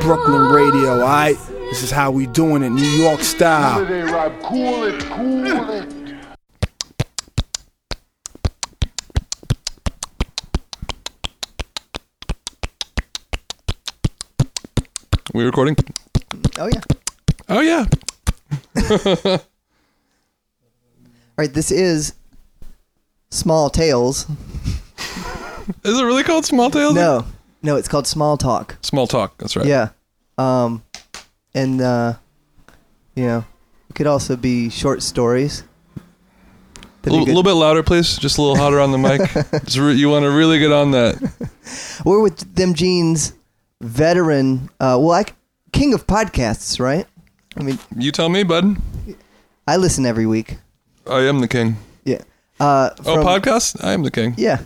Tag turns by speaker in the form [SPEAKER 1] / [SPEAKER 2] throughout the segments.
[SPEAKER 1] Brooklyn radio, all right? This is how we doing it, New York style.
[SPEAKER 2] Holiday Rob, cool it, cool it.
[SPEAKER 3] we recording?
[SPEAKER 4] Oh yeah.
[SPEAKER 3] Oh yeah.
[SPEAKER 4] All right, this is Small Tales.
[SPEAKER 3] Is it really called Small Tales?
[SPEAKER 4] No, no, it's called Small Talk.
[SPEAKER 3] Small Talk. That's right.
[SPEAKER 4] Yeah. Um, and uh, you know, it could also be short stories.
[SPEAKER 3] A
[SPEAKER 4] That'd be
[SPEAKER 3] little,
[SPEAKER 4] good.
[SPEAKER 3] little bit louder, please. Just a little hotter on the mic. It's re- you want to really get on that.
[SPEAKER 4] We're with them jeans, veteran. Uh, well, I, c- king of podcasts, right? I mean,
[SPEAKER 3] You tell me, bud.
[SPEAKER 4] I listen every week.
[SPEAKER 3] I am the king.
[SPEAKER 4] Yeah. Uh,
[SPEAKER 3] Oh,
[SPEAKER 4] from-
[SPEAKER 3] podcast? I am the king.
[SPEAKER 4] Yeah,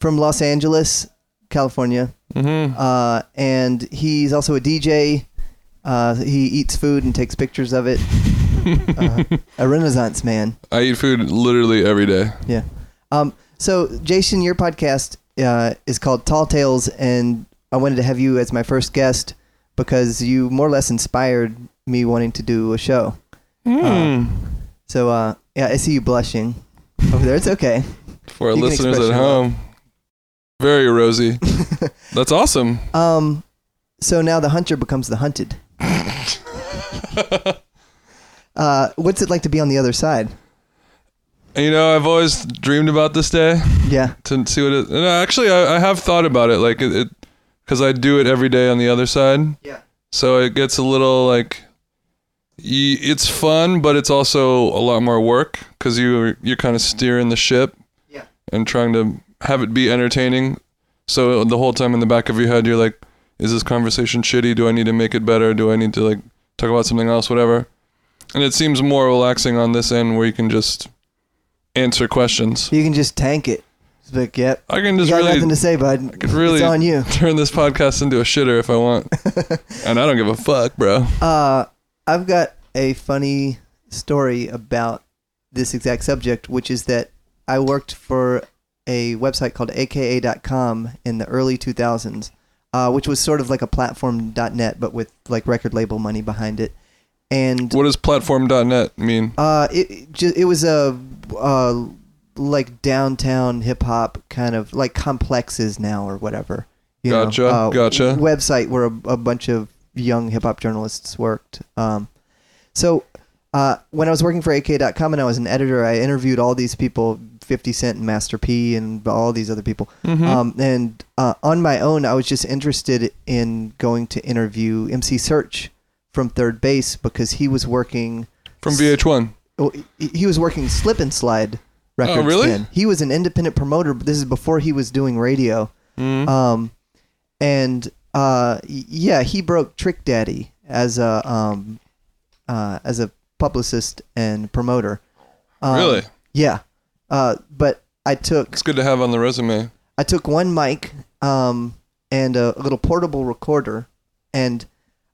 [SPEAKER 4] from Los Angeles, California, mm-hmm. uh, and he's also a DJ. Uh, he eats food and takes pictures of it. uh, a Renaissance man.
[SPEAKER 3] I eat food literally every day.
[SPEAKER 4] Yeah. Um, so, Jason, your podcast uh, is called Tall Tales, and I wanted to have you as my first guest because you more or less inspired me wanting to do a show.
[SPEAKER 3] Mm.
[SPEAKER 4] So, uh, yeah, I see you blushing over there. It's okay.
[SPEAKER 3] For our
[SPEAKER 4] you can
[SPEAKER 3] listeners
[SPEAKER 4] express
[SPEAKER 3] at
[SPEAKER 4] your
[SPEAKER 3] home, very rosy. That's awesome.
[SPEAKER 4] Um, so now the hunter becomes the hunted. uh, what's it like to be on the other side?
[SPEAKER 3] You know, I've always dreamed about this day.
[SPEAKER 4] Yeah,
[SPEAKER 3] to see what it. And I- actually, I, I have thought about it, like it, because I do it every day on the other side.
[SPEAKER 4] Yeah.
[SPEAKER 3] So it gets a little like, y it's fun, but it's also a lot more work because you you're kind of steering the ship.
[SPEAKER 4] Yeah.
[SPEAKER 3] And trying to have it be entertaining. So the whole time in the back of your head, you're like, is this conversation shitty? Do I need to make it better? Do I need to like talk about something else? Whatever. And it seems more relaxing on this end where you can just answer questions.
[SPEAKER 4] you can just tank it. It's like, yep,
[SPEAKER 3] I can
[SPEAKER 4] you
[SPEAKER 3] just
[SPEAKER 4] got
[SPEAKER 3] really
[SPEAKER 4] nothing to say, bud.
[SPEAKER 3] could really
[SPEAKER 4] it's on you.
[SPEAKER 3] turn this podcast into a shitter if I want. and I don't give a fuck, bro.
[SPEAKER 4] Uh, I've got a funny story about this exact subject, which is that I worked for a website called aka.com in the early 2000s, uh, which was sort of like a platform.net, but with like record label money behind it. And
[SPEAKER 3] What does platform.net mean?
[SPEAKER 4] Uh, it it, ju- it was a uh, like downtown hip hop kind of like complexes now or whatever. You Uh,
[SPEAKER 3] Gotcha, gotcha.
[SPEAKER 4] Website where a, a bunch of young hip hop journalists worked. Um, so uh, when I was working for AK.com and I was an editor, I interviewed all these people, 50 Cent and Master P and all these other people.
[SPEAKER 3] Mm-hmm.
[SPEAKER 4] Um, and uh, on my own, I was just interested in going to interview MC Search from Third Base because he was working
[SPEAKER 3] From VH1.
[SPEAKER 4] well, he he was working slip and slide records.
[SPEAKER 3] Oh, really?
[SPEAKER 4] Then. He was an independent promoter. But this is before he was doing radio.
[SPEAKER 3] Mm-hmm.
[SPEAKER 4] Um, and uh, y- yeah, he broke Trick Daddy as a um, uh, as a publicist and promoter. Um,
[SPEAKER 3] really?
[SPEAKER 4] Yeah. Uh, but I took
[SPEAKER 3] It's good to have on the resume.
[SPEAKER 4] I took one mic um, and a little portable recorder, and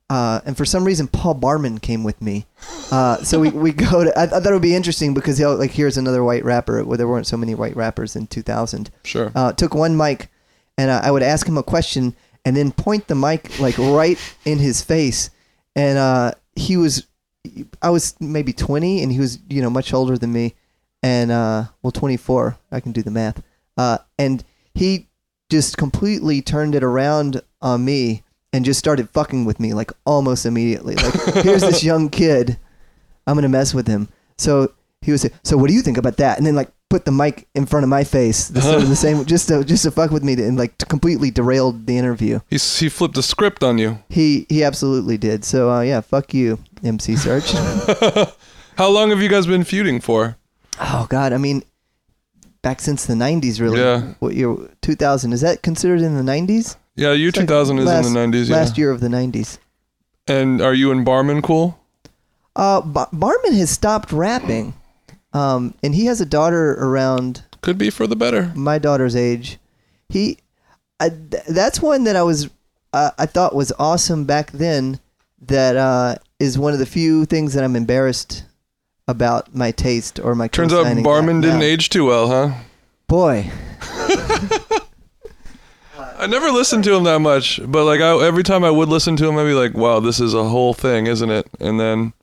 [SPEAKER 4] uh, and for some reason Paul Barman came with me. Uh, so we, we go to. I, I thought it would be interesting because you know, like here's another white rapper. Well, there weren't so many white rappers in 2000.
[SPEAKER 3] Sure.
[SPEAKER 4] Uh, took one mic, and uh, I would ask him a question and then point the mic like right in his face, and uh, he was. I was maybe 20, and he was you know much older than me, and uh, well 24. I can do the math. Uh, and he just completely turned it around on me and just started fucking with me like almost immediately. Like here's this young kid, I'm gonna mess with him. So he was so what do you think about that? And then like put the mic in front of my face, the, sort of the same, just to just to fuck with me, to, and like to completely derailed the interview.
[SPEAKER 3] He, s- he flipped the script on you.
[SPEAKER 4] He he absolutely did. So uh, yeah, fuck you, MC Search.
[SPEAKER 3] How long have you guys been feuding for?
[SPEAKER 4] oh God, I mean, back since the '90s, really.
[SPEAKER 3] Yeah.
[SPEAKER 4] What year? 2000 is that considered in the '90s?
[SPEAKER 3] Yeah, you
[SPEAKER 4] It's like
[SPEAKER 3] 2000 is
[SPEAKER 4] last-
[SPEAKER 3] in the 90s. Yeah.
[SPEAKER 4] Last year of the '90s.
[SPEAKER 3] And are you and Barman cool?
[SPEAKER 4] Uh, Ba- Barman has stopped rapping, um, and he has a daughter around
[SPEAKER 3] Could be for the better.
[SPEAKER 4] my daughter's age. He, I, th- that's one that I was, uh, I thought was awesome back then. That uh, is one of the few things that I'm embarrassed about my taste or my.
[SPEAKER 3] Turns out
[SPEAKER 4] co-signing
[SPEAKER 3] Barman
[SPEAKER 4] that
[SPEAKER 3] didn't
[SPEAKER 4] now.
[SPEAKER 3] age too well, huh?
[SPEAKER 4] Boy,
[SPEAKER 3] I never listened to him that much, but like I, every time I would listen to him, I'd be like, "Wow, this is a whole thing, isn't it?" And then,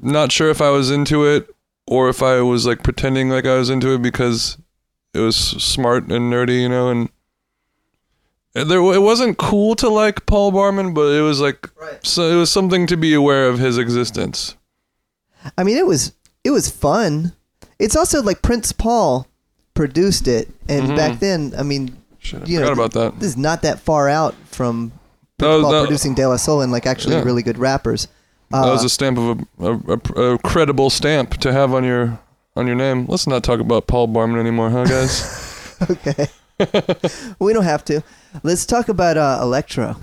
[SPEAKER 3] not sure if I was into it or if I was like pretending like I was into it because it was smart and nerdy, you know. And and there, it wasn't cool to like Paul Barman, but it was like
[SPEAKER 4] Right.
[SPEAKER 3] so it was something to be aware of his existence.
[SPEAKER 4] I mean, it was it was fun. It's also like Prince Paul produced it, and
[SPEAKER 3] Mm-hmm.
[SPEAKER 4] back then, I mean,
[SPEAKER 3] Shit, I
[SPEAKER 4] you know,
[SPEAKER 3] forgot about that.
[SPEAKER 4] This is not that far out from
[SPEAKER 3] That
[SPEAKER 4] Prince
[SPEAKER 3] was-
[SPEAKER 4] Paul
[SPEAKER 3] that-
[SPEAKER 4] producing De La Soul and like actually
[SPEAKER 3] Yeah.
[SPEAKER 4] really good rappers. Uh,
[SPEAKER 3] that was a stamp of a, a, a, a credible stamp to have on your on your name. Let's not talk about Paul Barman anymore, huh, guys?
[SPEAKER 4] Okay, we don't have to. Let's talk about uh, Electro.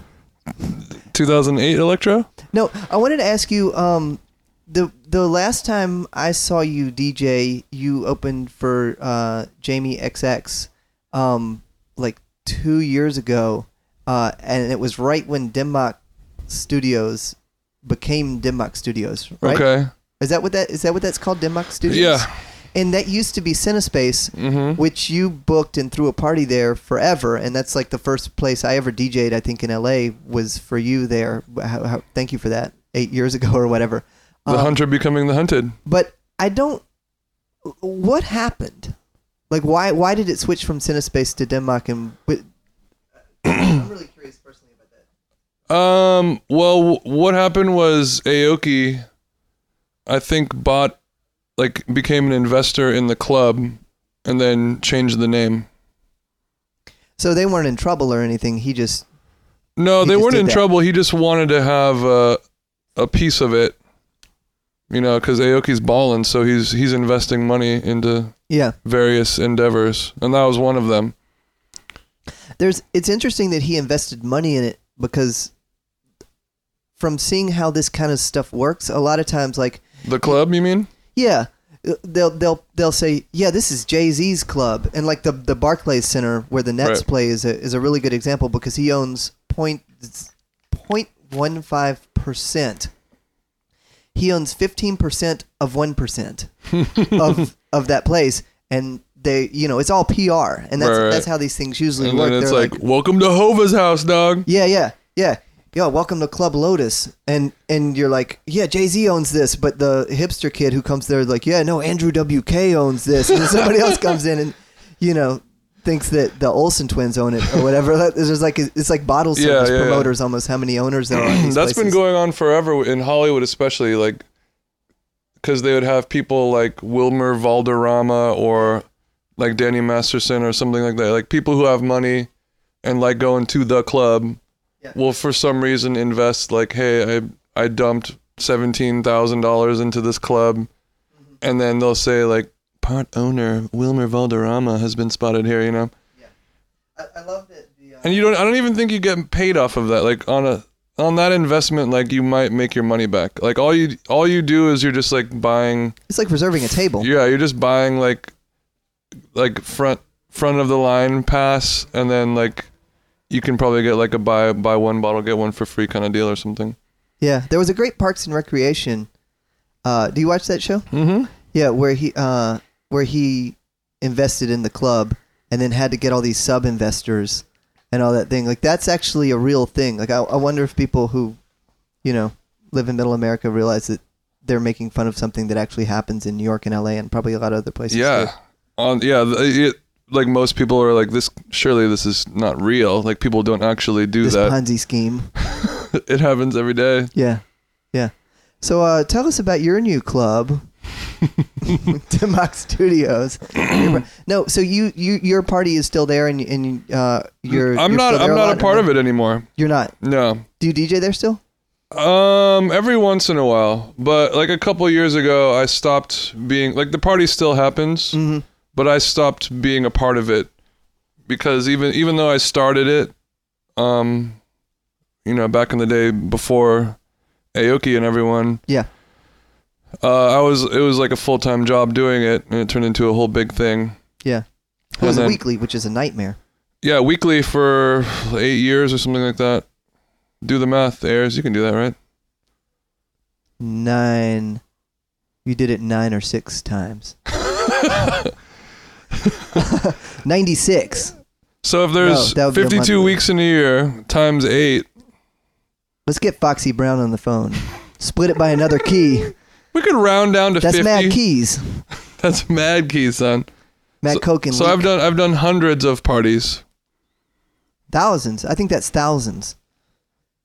[SPEAKER 3] 2008 Electro.
[SPEAKER 4] No, I wanted to ask you. Um, the the last time I saw you DJ, you opened for uh, Jamie XX, um, like two years ago, uh, and it was right when Denmark Studios became Denmark Studios. Right?
[SPEAKER 3] Okay.
[SPEAKER 4] Is that what that is? That what that's called? Denmark Studios.
[SPEAKER 3] Yeah.
[SPEAKER 4] And that used to be Cinespace,
[SPEAKER 3] Mm-hmm.
[SPEAKER 4] which you booked and threw a party there forever, and that's like the first place I ever DJ'd. I think in LA was for you there. How, how, thank you for that. Eight years ago or whatever.
[SPEAKER 3] The
[SPEAKER 4] Um,
[SPEAKER 3] hunter becoming the hunted.
[SPEAKER 4] But I don't. What happened? Like why why did it switch from Cinespace to Denmark? And wi- I'm really curious personally about that.
[SPEAKER 3] Um. Well, wh- what happened was Aoki, I think, bought like became an investor in the club, and then changed the name.
[SPEAKER 4] So they weren't in trouble or anything. He just
[SPEAKER 3] No,
[SPEAKER 4] He
[SPEAKER 3] they
[SPEAKER 4] just
[SPEAKER 3] weren't
[SPEAKER 4] did
[SPEAKER 3] in
[SPEAKER 4] that.
[SPEAKER 3] trouble. He just wanted to have uh, a piece of it, you know, because Aoki's balling, so he's he's investing money into
[SPEAKER 4] yeah.
[SPEAKER 3] various endeavors, and that was one of them.
[SPEAKER 4] there's it's interesting that he invested money in it because from seeing how this kind of stuff works a lot of times like
[SPEAKER 3] The club, you mean?
[SPEAKER 4] yeah Uh, they'll they'll they'll say yeah this is Jay-Z's club and like the the Barclays Center where the Nets
[SPEAKER 3] Right.
[SPEAKER 4] play is a, is a really good example because he owns point point one five percent he owns 15% of 1% of of that place and they you know it's all PR and that's
[SPEAKER 3] Right, right.
[SPEAKER 4] that's how these things usually
[SPEAKER 3] And
[SPEAKER 4] work
[SPEAKER 3] then it's
[SPEAKER 4] They're
[SPEAKER 3] like, welcome to Hova's house, dog.
[SPEAKER 4] yeah, yeah, yeah. Yo, welcome to Club Lotus, and and you're like, yeah, Jay Z owns this, but the hipster kid who comes there is like, yeah, no, Andrew WK owns this, and then somebody else comes in and, you know, thinks that the Olsen twins own it or whatever. Like, It's just like it's like bottle
[SPEAKER 3] Yeah,
[SPEAKER 4] service
[SPEAKER 3] yeah, yeah.
[SPEAKER 4] promoters almost. How many owners there are? in
[SPEAKER 3] That's
[SPEAKER 4] these
[SPEAKER 3] been
[SPEAKER 4] places.
[SPEAKER 3] going on forever in Hollywood, especially like because they would have people like Wilmer Valderrama or like Danny Masterson or something like that, like people who have money and like going to the club
[SPEAKER 4] Yeah.
[SPEAKER 3] will for some reason invest like, hey, I I dumped seventeen thousand dollars into this club, and then they'll say like part owner Wilmer Valderrama has been spotted here, you know.
[SPEAKER 4] I, I love that the. Uh,
[SPEAKER 3] And you don't. I don't even think you get paid off of that. Like on a on that investment, like you might make your money back. Like all you all you do is you're just like buying.
[SPEAKER 4] it's like reserving a table.
[SPEAKER 3] Yeah, you're just buying like like front front of the line pass, and then like you can probably get like a buy buy one bottle get one for free kind of deal or something.
[SPEAKER 4] Yeah, there was a great Parks and Recreation. Uh, do you watch that show?
[SPEAKER 3] Mm-hmm.
[SPEAKER 4] Yeah, where he uh, where he invested in the club and then had to get all these sub investors and all that thing. Like that's actually a real thing. Like I, I wonder if people who, you know, live in Middle America realize that they're making fun of something that actually happens in New York and L.A. and probably a lot of other places.
[SPEAKER 3] Yeah.
[SPEAKER 4] too.
[SPEAKER 3] On yeah, th- it, like most people are like this. Surely this is not real. Like people don't actually do
[SPEAKER 4] this
[SPEAKER 3] that.
[SPEAKER 4] Ponzi scheme.
[SPEAKER 3] it happens every day.
[SPEAKER 4] Yeah, yeah. So uh, tell us about your new club. Democ Studios. no, so you, you your party is still there, and and uh, you're.
[SPEAKER 3] I'm
[SPEAKER 4] you're
[SPEAKER 3] not.
[SPEAKER 4] still there
[SPEAKER 3] I'm not
[SPEAKER 4] lot,
[SPEAKER 3] a part
[SPEAKER 4] or
[SPEAKER 3] of it anymore.
[SPEAKER 4] You're not.
[SPEAKER 3] No.
[SPEAKER 4] Do you DJ there still?
[SPEAKER 3] Um, every once in a while, but like a couple years ago, I stopped being like the party still happens,
[SPEAKER 4] Mm.
[SPEAKER 3] but I stopped being a part of it because even even though I started it, um, you know, back in the day before Aoki and everyone,
[SPEAKER 4] Yeah.
[SPEAKER 3] uh, I was it was like a full time job doing it, and it turned into a whole big thing.
[SPEAKER 4] Yeah. It
[SPEAKER 3] And
[SPEAKER 4] was a
[SPEAKER 3] then-
[SPEAKER 4] weekly, which is a nightmare.
[SPEAKER 3] Yeah, weekly for eight years or something like that. Do the math, airs. You can do that, right?
[SPEAKER 4] Nine. You did it nine or six times. 96.
[SPEAKER 3] So if there's
[SPEAKER 4] that would be a
[SPEAKER 3] 52
[SPEAKER 4] monthly.
[SPEAKER 3] weeks in a year times eight,
[SPEAKER 4] Let's get Foxy Brown on the phone. Split it by another key.
[SPEAKER 3] we could round down to
[SPEAKER 4] That's
[SPEAKER 3] 50.
[SPEAKER 4] Mad Keys.
[SPEAKER 3] That's mad key, son.
[SPEAKER 4] Mad Coke and
[SPEAKER 3] So
[SPEAKER 4] Leak.
[SPEAKER 3] I've done I've done hundreds of parties.
[SPEAKER 4] thousands. I think that's thousands.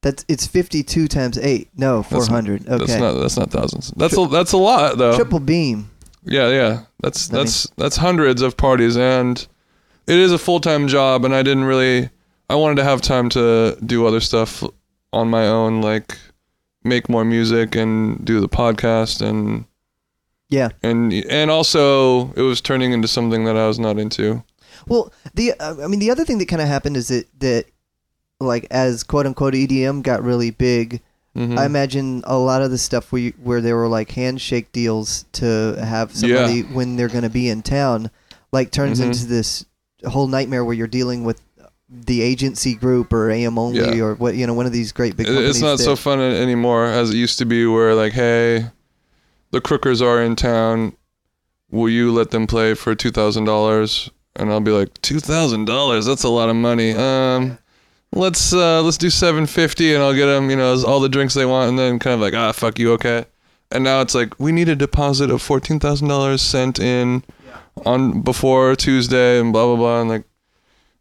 [SPEAKER 4] That's it's fifty-two times eight. No, four
[SPEAKER 3] That's not-
[SPEAKER 4] hundred. Okay.
[SPEAKER 3] That's not that's not thousands. That's a, that's a lot though.
[SPEAKER 4] Triple beam.
[SPEAKER 3] Yeah, yeah. That's
[SPEAKER 4] That
[SPEAKER 3] that's that's hundreds of parties and it is a full-time job and I didn't really I wanted to have time to do other stuff on my own like make more music and do the podcast and
[SPEAKER 4] Yeah.
[SPEAKER 3] and and also it was turning into something that I was not into.
[SPEAKER 4] Well, the uh, I mean, the other thing that kind of happened is that that like as quote unquote EDM got really big,
[SPEAKER 3] Mhm.
[SPEAKER 4] I imagine a lot of the stuff we where there were like handshake deals to have somebody when they're going to be in town, like turns
[SPEAKER 3] Mhm.
[SPEAKER 4] into this whole nightmare where you're dealing with the agency group or AM only
[SPEAKER 3] Yeah.
[SPEAKER 4] or what you know one of these great big
[SPEAKER 3] It-
[SPEAKER 4] companies.
[SPEAKER 3] it's not
[SPEAKER 4] that-
[SPEAKER 3] so fun a- anymore as it used to be where like hey the crookers are in town will you let them play for $2000 and i'll be like $2000 that's a lot of money um let's uh let's do 750 and i'll get them you know all the drinks they want and then kind of like ah fuck you okay and now it's like we need a deposit of $14000 sent in on before tuesday and blah blah blah and like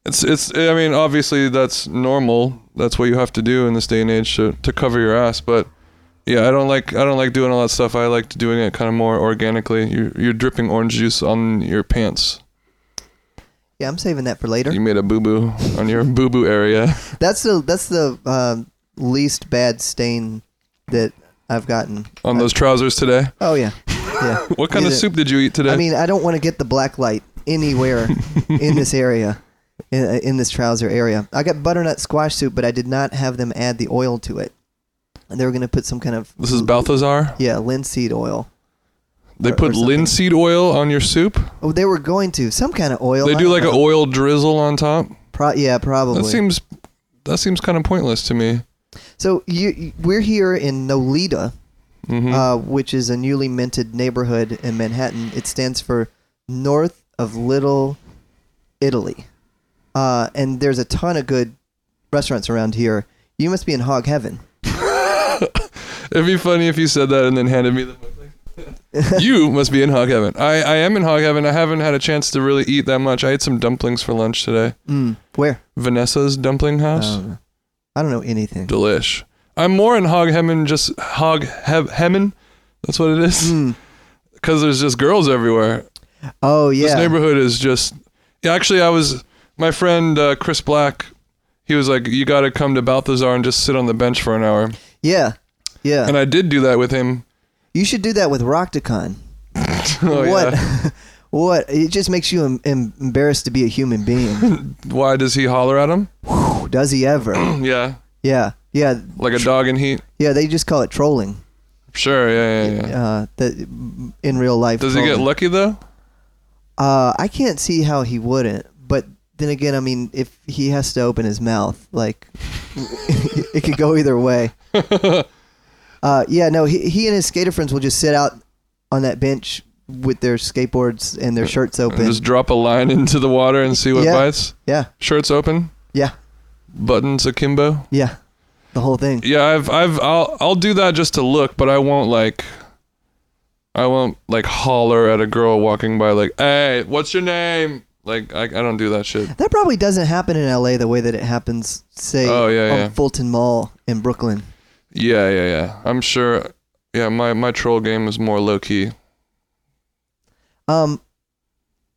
[SPEAKER 3] it's it's. I mean, obviously that's normal. That's what you have to do in this day and age to, to cover your ass. But yeah, I don't like I don't like doing all that stuff. I like doing it kind of more organically. You're you're dripping orange juice on your pants.
[SPEAKER 4] Yeah, I'm saving that for later.
[SPEAKER 3] You made a boo boo on your boo boo area.
[SPEAKER 4] That's the that's the um least bad stain that I've gotten
[SPEAKER 3] On those trousers today.
[SPEAKER 4] Oh yeah, yeah.
[SPEAKER 3] What kind of
[SPEAKER 4] Either-
[SPEAKER 3] soup did you eat today?
[SPEAKER 4] I mean, I don't want to get the black light anywhere in this area, in, in this trouser area. I got butternut squash soup, but I did not have them add the oil to it. And they were going to put some kind of
[SPEAKER 3] this is Balthazar.
[SPEAKER 4] yeah linseed oil.
[SPEAKER 3] They
[SPEAKER 4] or- or
[SPEAKER 3] put
[SPEAKER 4] something.
[SPEAKER 3] linseed oil on your soup.
[SPEAKER 4] Oh, they were going to some kind of oil.
[SPEAKER 3] They
[SPEAKER 4] I
[SPEAKER 3] do
[SPEAKER 4] don't
[SPEAKER 3] like an
[SPEAKER 4] know.
[SPEAKER 3] oil drizzle on top.
[SPEAKER 4] Pro- yeah, probably.
[SPEAKER 3] That seems that seems kind of pointless to me.
[SPEAKER 4] so you, you- we're here in Nolita,
[SPEAKER 3] hmm
[SPEAKER 4] uh, which is a newly minted neighborhood in Manhattan. It stands for North of Little Italy. Uh, and there's a ton of good restaurants around here. You must be in hog heaven.
[SPEAKER 3] It'd be funny if you said that and then handed me the book. like, you must be in hog heaven. I, I am in hog heaven. I haven't had a chance to really eat that much. I ate some dumplings for lunch today.
[SPEAKER 4] Mm. Where?
[SPEAKER 3] Vanessa's Dumpling House.
[SPEAKER 4] Um, I don't know anything.
[SPEAKER 3] Delish. I'm more in hog heaven, just hog he- heaven. That's what it is.
[SPEAKER 4] Mm.
[SPEAKER 3] Because there's just girls everywhere.
[SPEAKER 4] Oh,
[SPEAKER 3] This
[SPEAKER 4] yeah.
[SPEAKER 3] neighborhood is just. Yeah, actually, I was. My friend uh, Chris Black, he was like, you got to come to Balthazar and just sit on the bench for an hour.
[SPEAKER 4] Yeah. Yeah.
[SPEAKER 3] And I did do that with him.
[SPEAKER 4] you should do that with Rocticon.
[SPEAKER 3] Oh,
[SPEAKER 4] what?
[SPEAKER 3] yeah.
[SPEAKER 4] what? It just makes you em- em- embarrassed to be a human being.
[SPEAKER 3] Why does he holler at him?
[SPEAKER 4] Does he ever?
[SPEAKER 3] Yeah.
[SPEAKER 4] yeah. Yeah.
[SPEAKER 3] like a dog in heat.
[SPEAKER 4] Yeah. They just call it trolling.
[SPEAKER 3] Sure, yeah, yeah, yeah.
[SPEAKER 4] uh, that in real life.
[SPEAKER 3] Does he get
[SPEAKER 4] probably.
[SPEAKER 3] lucky though?
[SPEAKER 4] Uh, I can't see how he wouldn't. But then again, I mean, if he has to open his mouth, like it could go either way. uh, yeah, no, he, he and his skater friends will just sit out on that bench with their skateboards and their shirts
[SPEAKER 3] And
[SPEAKER 4] open.
[SPEAKER 3] Just drop a line into the water and see what
[SPEAKER 4] Yeah.
[SPEAKER 3] bites.
[SPEAKER 4] yeah,
[SPEAKER 3] Shirts open,
[SPEAKER 4] yeah,
[SPEAKER 3] buttons akimbo.
[SPEAKER 4] yeah, the whole thing.
[SPEAKER 3] Yeah, I've, I've, I'll, I'll do that just to look, but I won't like, I won't like holler at a girl walking by like, hey, what's your name? Like, I, I don't do that shit.
[SPEAKER 4] That probably doesn't happen in LA the way that it happens, say,
[SPEAKER 3] Oh, yeah,
[SPEAKER 4] on
[SPEAKER 3] yeah.
[SPEAKER 4] Fulton Mall in Brooklyn.
[SPEAKER 3] Yeah, yeah, yeah. I'm sure. Yeah, my, my troll game is more low key.
[SPEAKER 4] Um,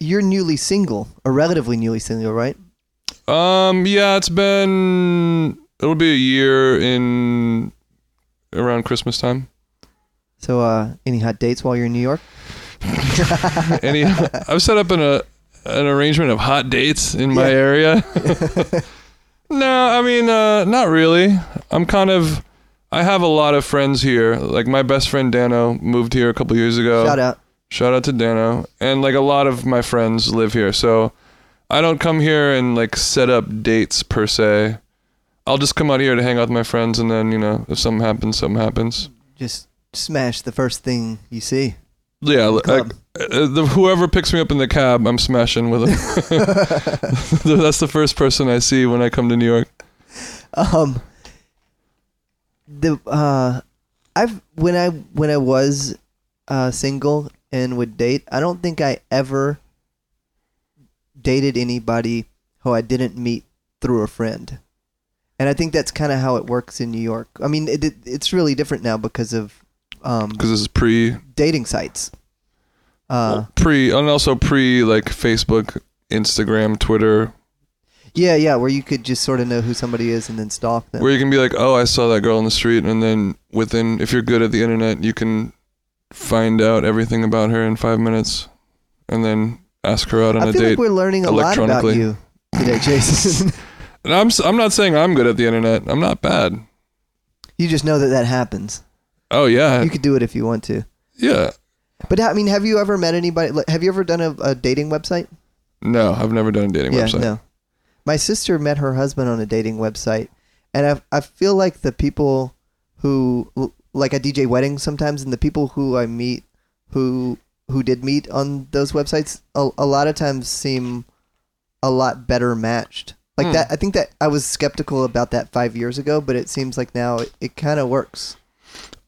[SPEAKER 4] you're newly single, or relatively newly single, right?
[SPEAKER 3] Um, yeah, it's been, it'll be a year in around Christmas time.
[SPEAKER 4] So, uh, any hot dates while you're in New York?
[SPEAKER 3] Any, I've set up an a, an arrangement of hot dates in my
[SPEAKER 4] Yeah.
[SPEAKER 3] area. no, I mean, uh, not really. I'm kind of, I have a lot of friends here. Like my best friend Dano moved here a couple years ago.
[SPEAKER 4] Shout out.
[SPEAKER 3] Shout out to Dano. And like a lot of my friends live here. So I don't come here and like set up dates per se. I'll just come out here to hang out with my friends and then, you know, if something happens, something happens.
[SPEAKER 4] Just smash the first thing you see.
[SPEAKER 3] yeah, like,
[SPEAKER 4] club.
[SPEAKER 3] uh, the, whoever picks me up in the cab, I'm smashing with them. That's the first person I see when I come to New York.
[SPEAKER 4] um the uh i've when i when i was uh single and would date i don't think i ever dated anybody who i didn't meet through a friend and i think that's kind of how it works in new york i mean it, it, it's really different now because of um
[SPEAKER 3] because this is pre
[SPEAKER 4] dating sites uh
[SPEAKER 3] pre and also pre like Facebook, Instagram, Twitter,
[SPEAKER 4] yeah yeah where you could just sort of know who somebody is and then stalk them
[SPEAKER 3] where you can be like, oh, I saw that girl on the street, and then within, if you're good at the internet, you can find out everything about her in five minutes, and then ask her out on a
[SPEAKER 4] i feel
[SPEAKER 3] date.
[SPEAKER 4] like we're learning a lot about
[SPEAKER 3] electronically.
[SPEAKER 4] you today jason
[SPEAKER 3] and I'm s- I'm not saying I'm good at the internet. I'm not bad.
[SPEAKER 4] you just know that that happens
[SPEAKER 3] Oh yeah,
[SPEAKER 4] You could do it if you want to.
[SPEAKER 3] yeah.
[SPEAKER 4] But I mean, have you ever met anybody? like, Have you ever done a, a dating website?
[SPEAKER 3] No, I've never done a dating
[SPEAKER 4] yeah,
[SPEAKER 3] website.
[SPEAKER 4] no. My sister met her husband on a dating website, and I I feel like the people who like I DJ weddings sometimes, and the people who I meet who who did meet on those websites a, a lot of times seem a lot better matched. Like
[SPEAKER 3] Hmm.
[SPEAKER 4] that, I think that I was skeptical about that five years ago, but it seems like now it, it kind of works.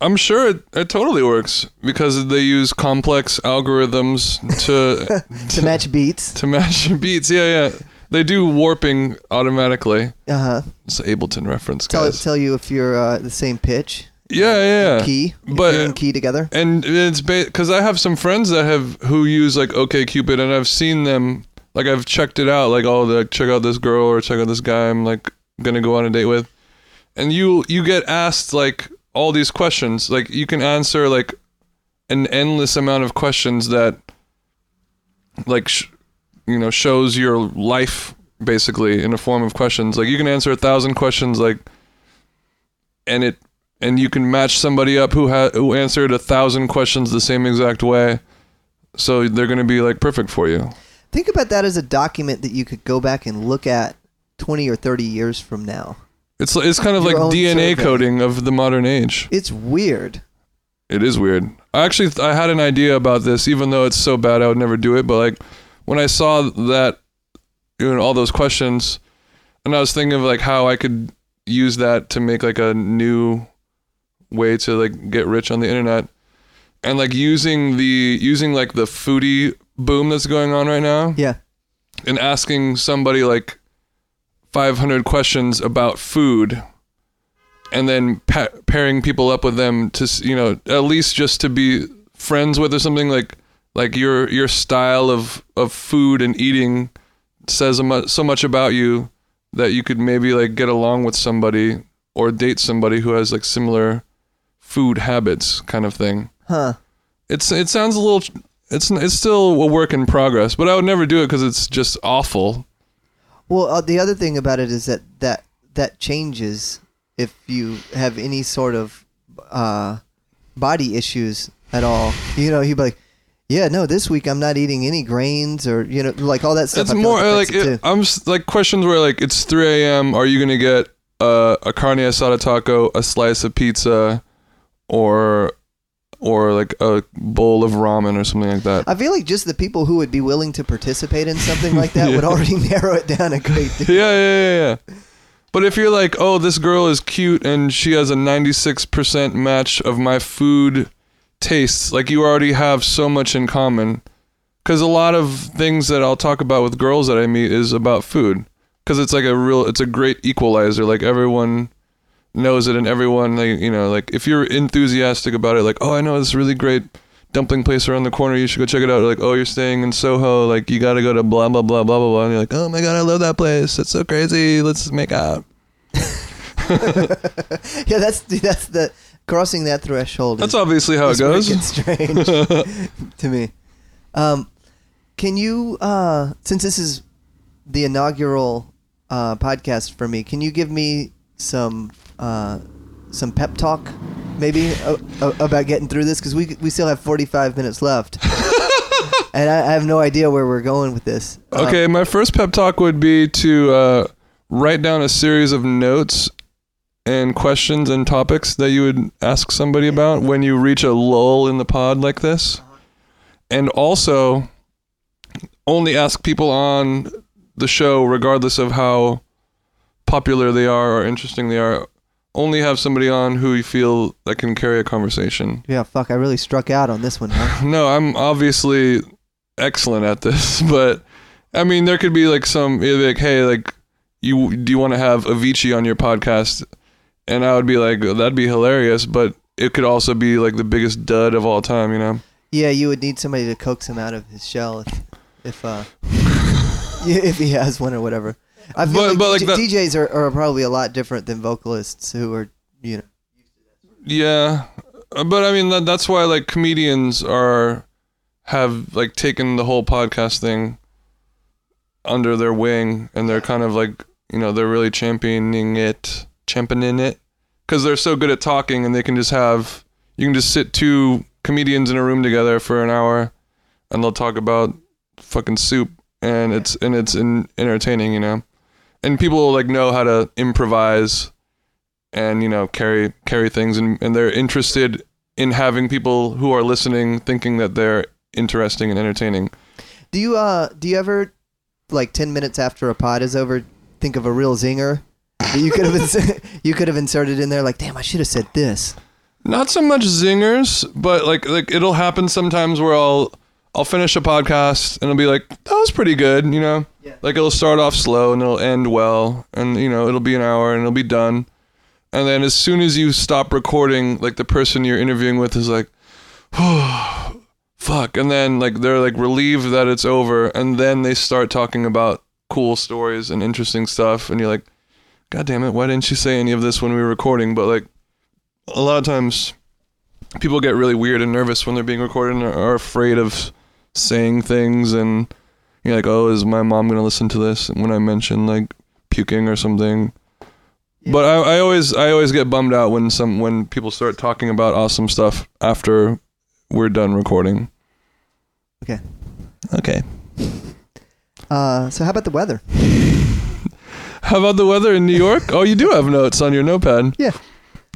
[SPEAKER 3] I'm sure it, it totally works because they use complex algorithms to
[SPEAKER 4] To match beats,
[SPEAKER 3] to match beats. Yeah, yeah. They do warping automatically.
[SPEAKER 4] uh huh.
[SPEAKER 3] It's an Ableton reference,
[SPEAKER 4] Tell
[SPEAKER 3] guys.
[SPEAKER 4] tell you if you're uh, the same pitch.
[SPEAKER 3] yeah, yeah.
[SPEAKER 4] key.
[SPEAKER 3] Uh, but-
[SPEAKER 4] But you're in key together.
[SPEAKER 3] And it's because I have some friends that have who use like OKCupid, and I've seen them. Like I've checked it out. Like oh, like, check out this girl or check out this guy. I'm like gonna go on a date with. And you you get asked like all these questions. Like you can answer like an endless amount of questions that like sh- you know shows your life basically in a form of questions like you can answer a thousand questions like and it and you can match somebody up who ha- who answered a thousand questions the same exact way so they're going to be like perfect for you
[SPEAKER 4] Think about that as a document that you could go back and look at 20 or 30 years from now.
[SPEAKER 3] it's it's kind of
[SPEAKER 4] Your own
[SPEAKER 3] like dna
[SPEAKER 4] survey.
[SPEAKER 3] coding of the modern age
[SPEAKER 4] It's weird.
[SPEAKER 3] It is weird. I actually th- I had an idea about this, even though it's so bad I would never do it. But like when I saw that, you know, all those questions, and I was thinking of like how I could use that to make like a new way to like get rich on the internet, and like using the using like the foodie boom that's going on right now,
[SPEAKER 4] Yeah.
[SPEAKER 3] and asking somebody like 500 questions about food and then pa- pairing people up with them to s- you know at least just to be friends with or something like like your your style of of food and eating says a mu- so much about you that you could maybe like get along with somebody or date somebody who has like similar food habits kind of thing
[SPEAKER 4] Huh.
[SPEAKER 3] it's it sounds a little it's it's still a work in progress, but I would never do it because it's just awful.
[SPEAKER 4] Well, uh, the other thing about it is that that, that changes if you have any sort of uh, body issues at all. You know, you'd be like, yeah, no, this week I'm not eating any grains or, you know, like all that stuff.
[SPEAKER 3] It's
[SPEAKER 4] I feel
[SPEAKER 3] more uh,
[SPEAKER 4] affects
[SPEAKER 3] like
[SPEAKER 4] it
[SPEAKER 3] it,
[SPEAKER 4] too.
[SPEAKER 3] I'm s- like questions where like it's 3 a.m. Are you gonna get uh, a carne asada taco, a slice of pizza, or or like a bowl of ramen or something like that?
[SPEAKER 4] I feel like just the people who would be willing to participate in something like that would already narrow it down a great deal.
[SPEAKER 3] yeah, yeah, yeah, yeah. But if you're like, oh, this girl is cute and she has a 96% match of my food tastes, like you already have so much in common. Because a lot of things that I'll talk about with girls that I meet is about food. Because it's like a real, it's a great equalizer. Like everyone knows it and everyone, like, you know, like if you're enthusiastic about it, like, oh, I know this really great dumpling place around the corner. You should go check it out. Like, oh, you're staying in Soho. Like, you got to go to blah, blah, blah, blah, blah, blah. And you're like, oh my God, I love that place. That's so crazy. Let's make out.
[SPEAKER 4] Yeah, that's that's the crossing that threshold.
[SPEAKER 3] That's
[SPEAKER 4] is,
[SPEAKER 3] obviously how it
[SPEAKER 4] is where
[SPEAKER 3] goes.
[SPEAKER 4] gets strange to me. Um, can you, uh, since this is the inaugural uh, podcast for me, can you give me some uh, some pep talk, maybe uh, uh, about getting through this? Because we we still have forty five minutes left, and I, I have no idea where we're going with this. Uh,
[SPEAKER 3] Okay, my first pep talk would be to uh, write down a series of notes and questions and topics that you would ask somebody about when you reach a lull in the pod like this. and also only ask people on the show, regardless of how popular they are or interesting they are. Only have somebody on who you feel that can carry a conversation.
[SPEAKER 4] Yeah, fuck, I really struck out on this one. Huh?
[SPEAKER 3] No, I'm obviously excellent at this, but I mean, there could be like some it'd be like, hey, like you do you want to have Avicii on your podcast? And I would be like, "Oh, that'd be hilarious, but it could also be like the biggest dud of all time, you know?
[SPEAKER 4] yeah, you would need somebody to coax him out of his shell if, if uh, yeah, if he has one or whatever. I feel
[SPEAKER 3] But-
[SPEAKER 4] like,
[SPEAKER 3] but like
[SPEAKER 4] D-
[SPEAKER 3] that-
[SPEAKER 4] DJs are, are probably a lot different than vocalists who are you know.
[SPEAKER 3] Yeah, Uh, but I mean that, that's why like comedians are have like taken the whole podcast thing under their wing, and they're kind of like you know they're really championing it, championing it, because they're so good at talking, and they can just have you can just sit two comedians in a room together for an hour, and they'll talk about fucking soup, and it's and it's in, entertaining, you know, and people like know how to improvise and you know carry carry things and, and they're interested in having people who are listening thinking that they're interesting and entertaining
[SPEAKER 4] Do you uh do you ever like ten minutes after a pod is over think of a real zinger that you could have ins- you could have inserted in there like damn I should have said this.
[SPEAKER 3] not so much zingers but like like it'll happen sometimes where i'll i'll finish a podcast and i'll be like that was pretty good you know like it'll start off slow and it'll end well and you know it'll be an hour and it'll be done and then as soon as you stop recording like the person you're interviewing with is like fuck and then like they're like relieved that it's over and then they start talking about cool stories and interesting stuff and you're like god damn it why didn't you say any of this when we were recording but like a lot of times people get really weird and nervous when they're being recorded and are afraid of saying things and you're like oh is my mom gonna listen to this when i mention like puking or something but I, I always i always get bummed out when some when people start talking about awesome stuff after we're done recording
[SPEAKER 4] Okay.
[SPEAKER 3] Okay.
[SPEAKER 4] Uh, so how about the weather?
[SPEAKER 3] How about the weather in New York? Oh, you do have notes on your notepad.
[SPEAKER 4] Yeah.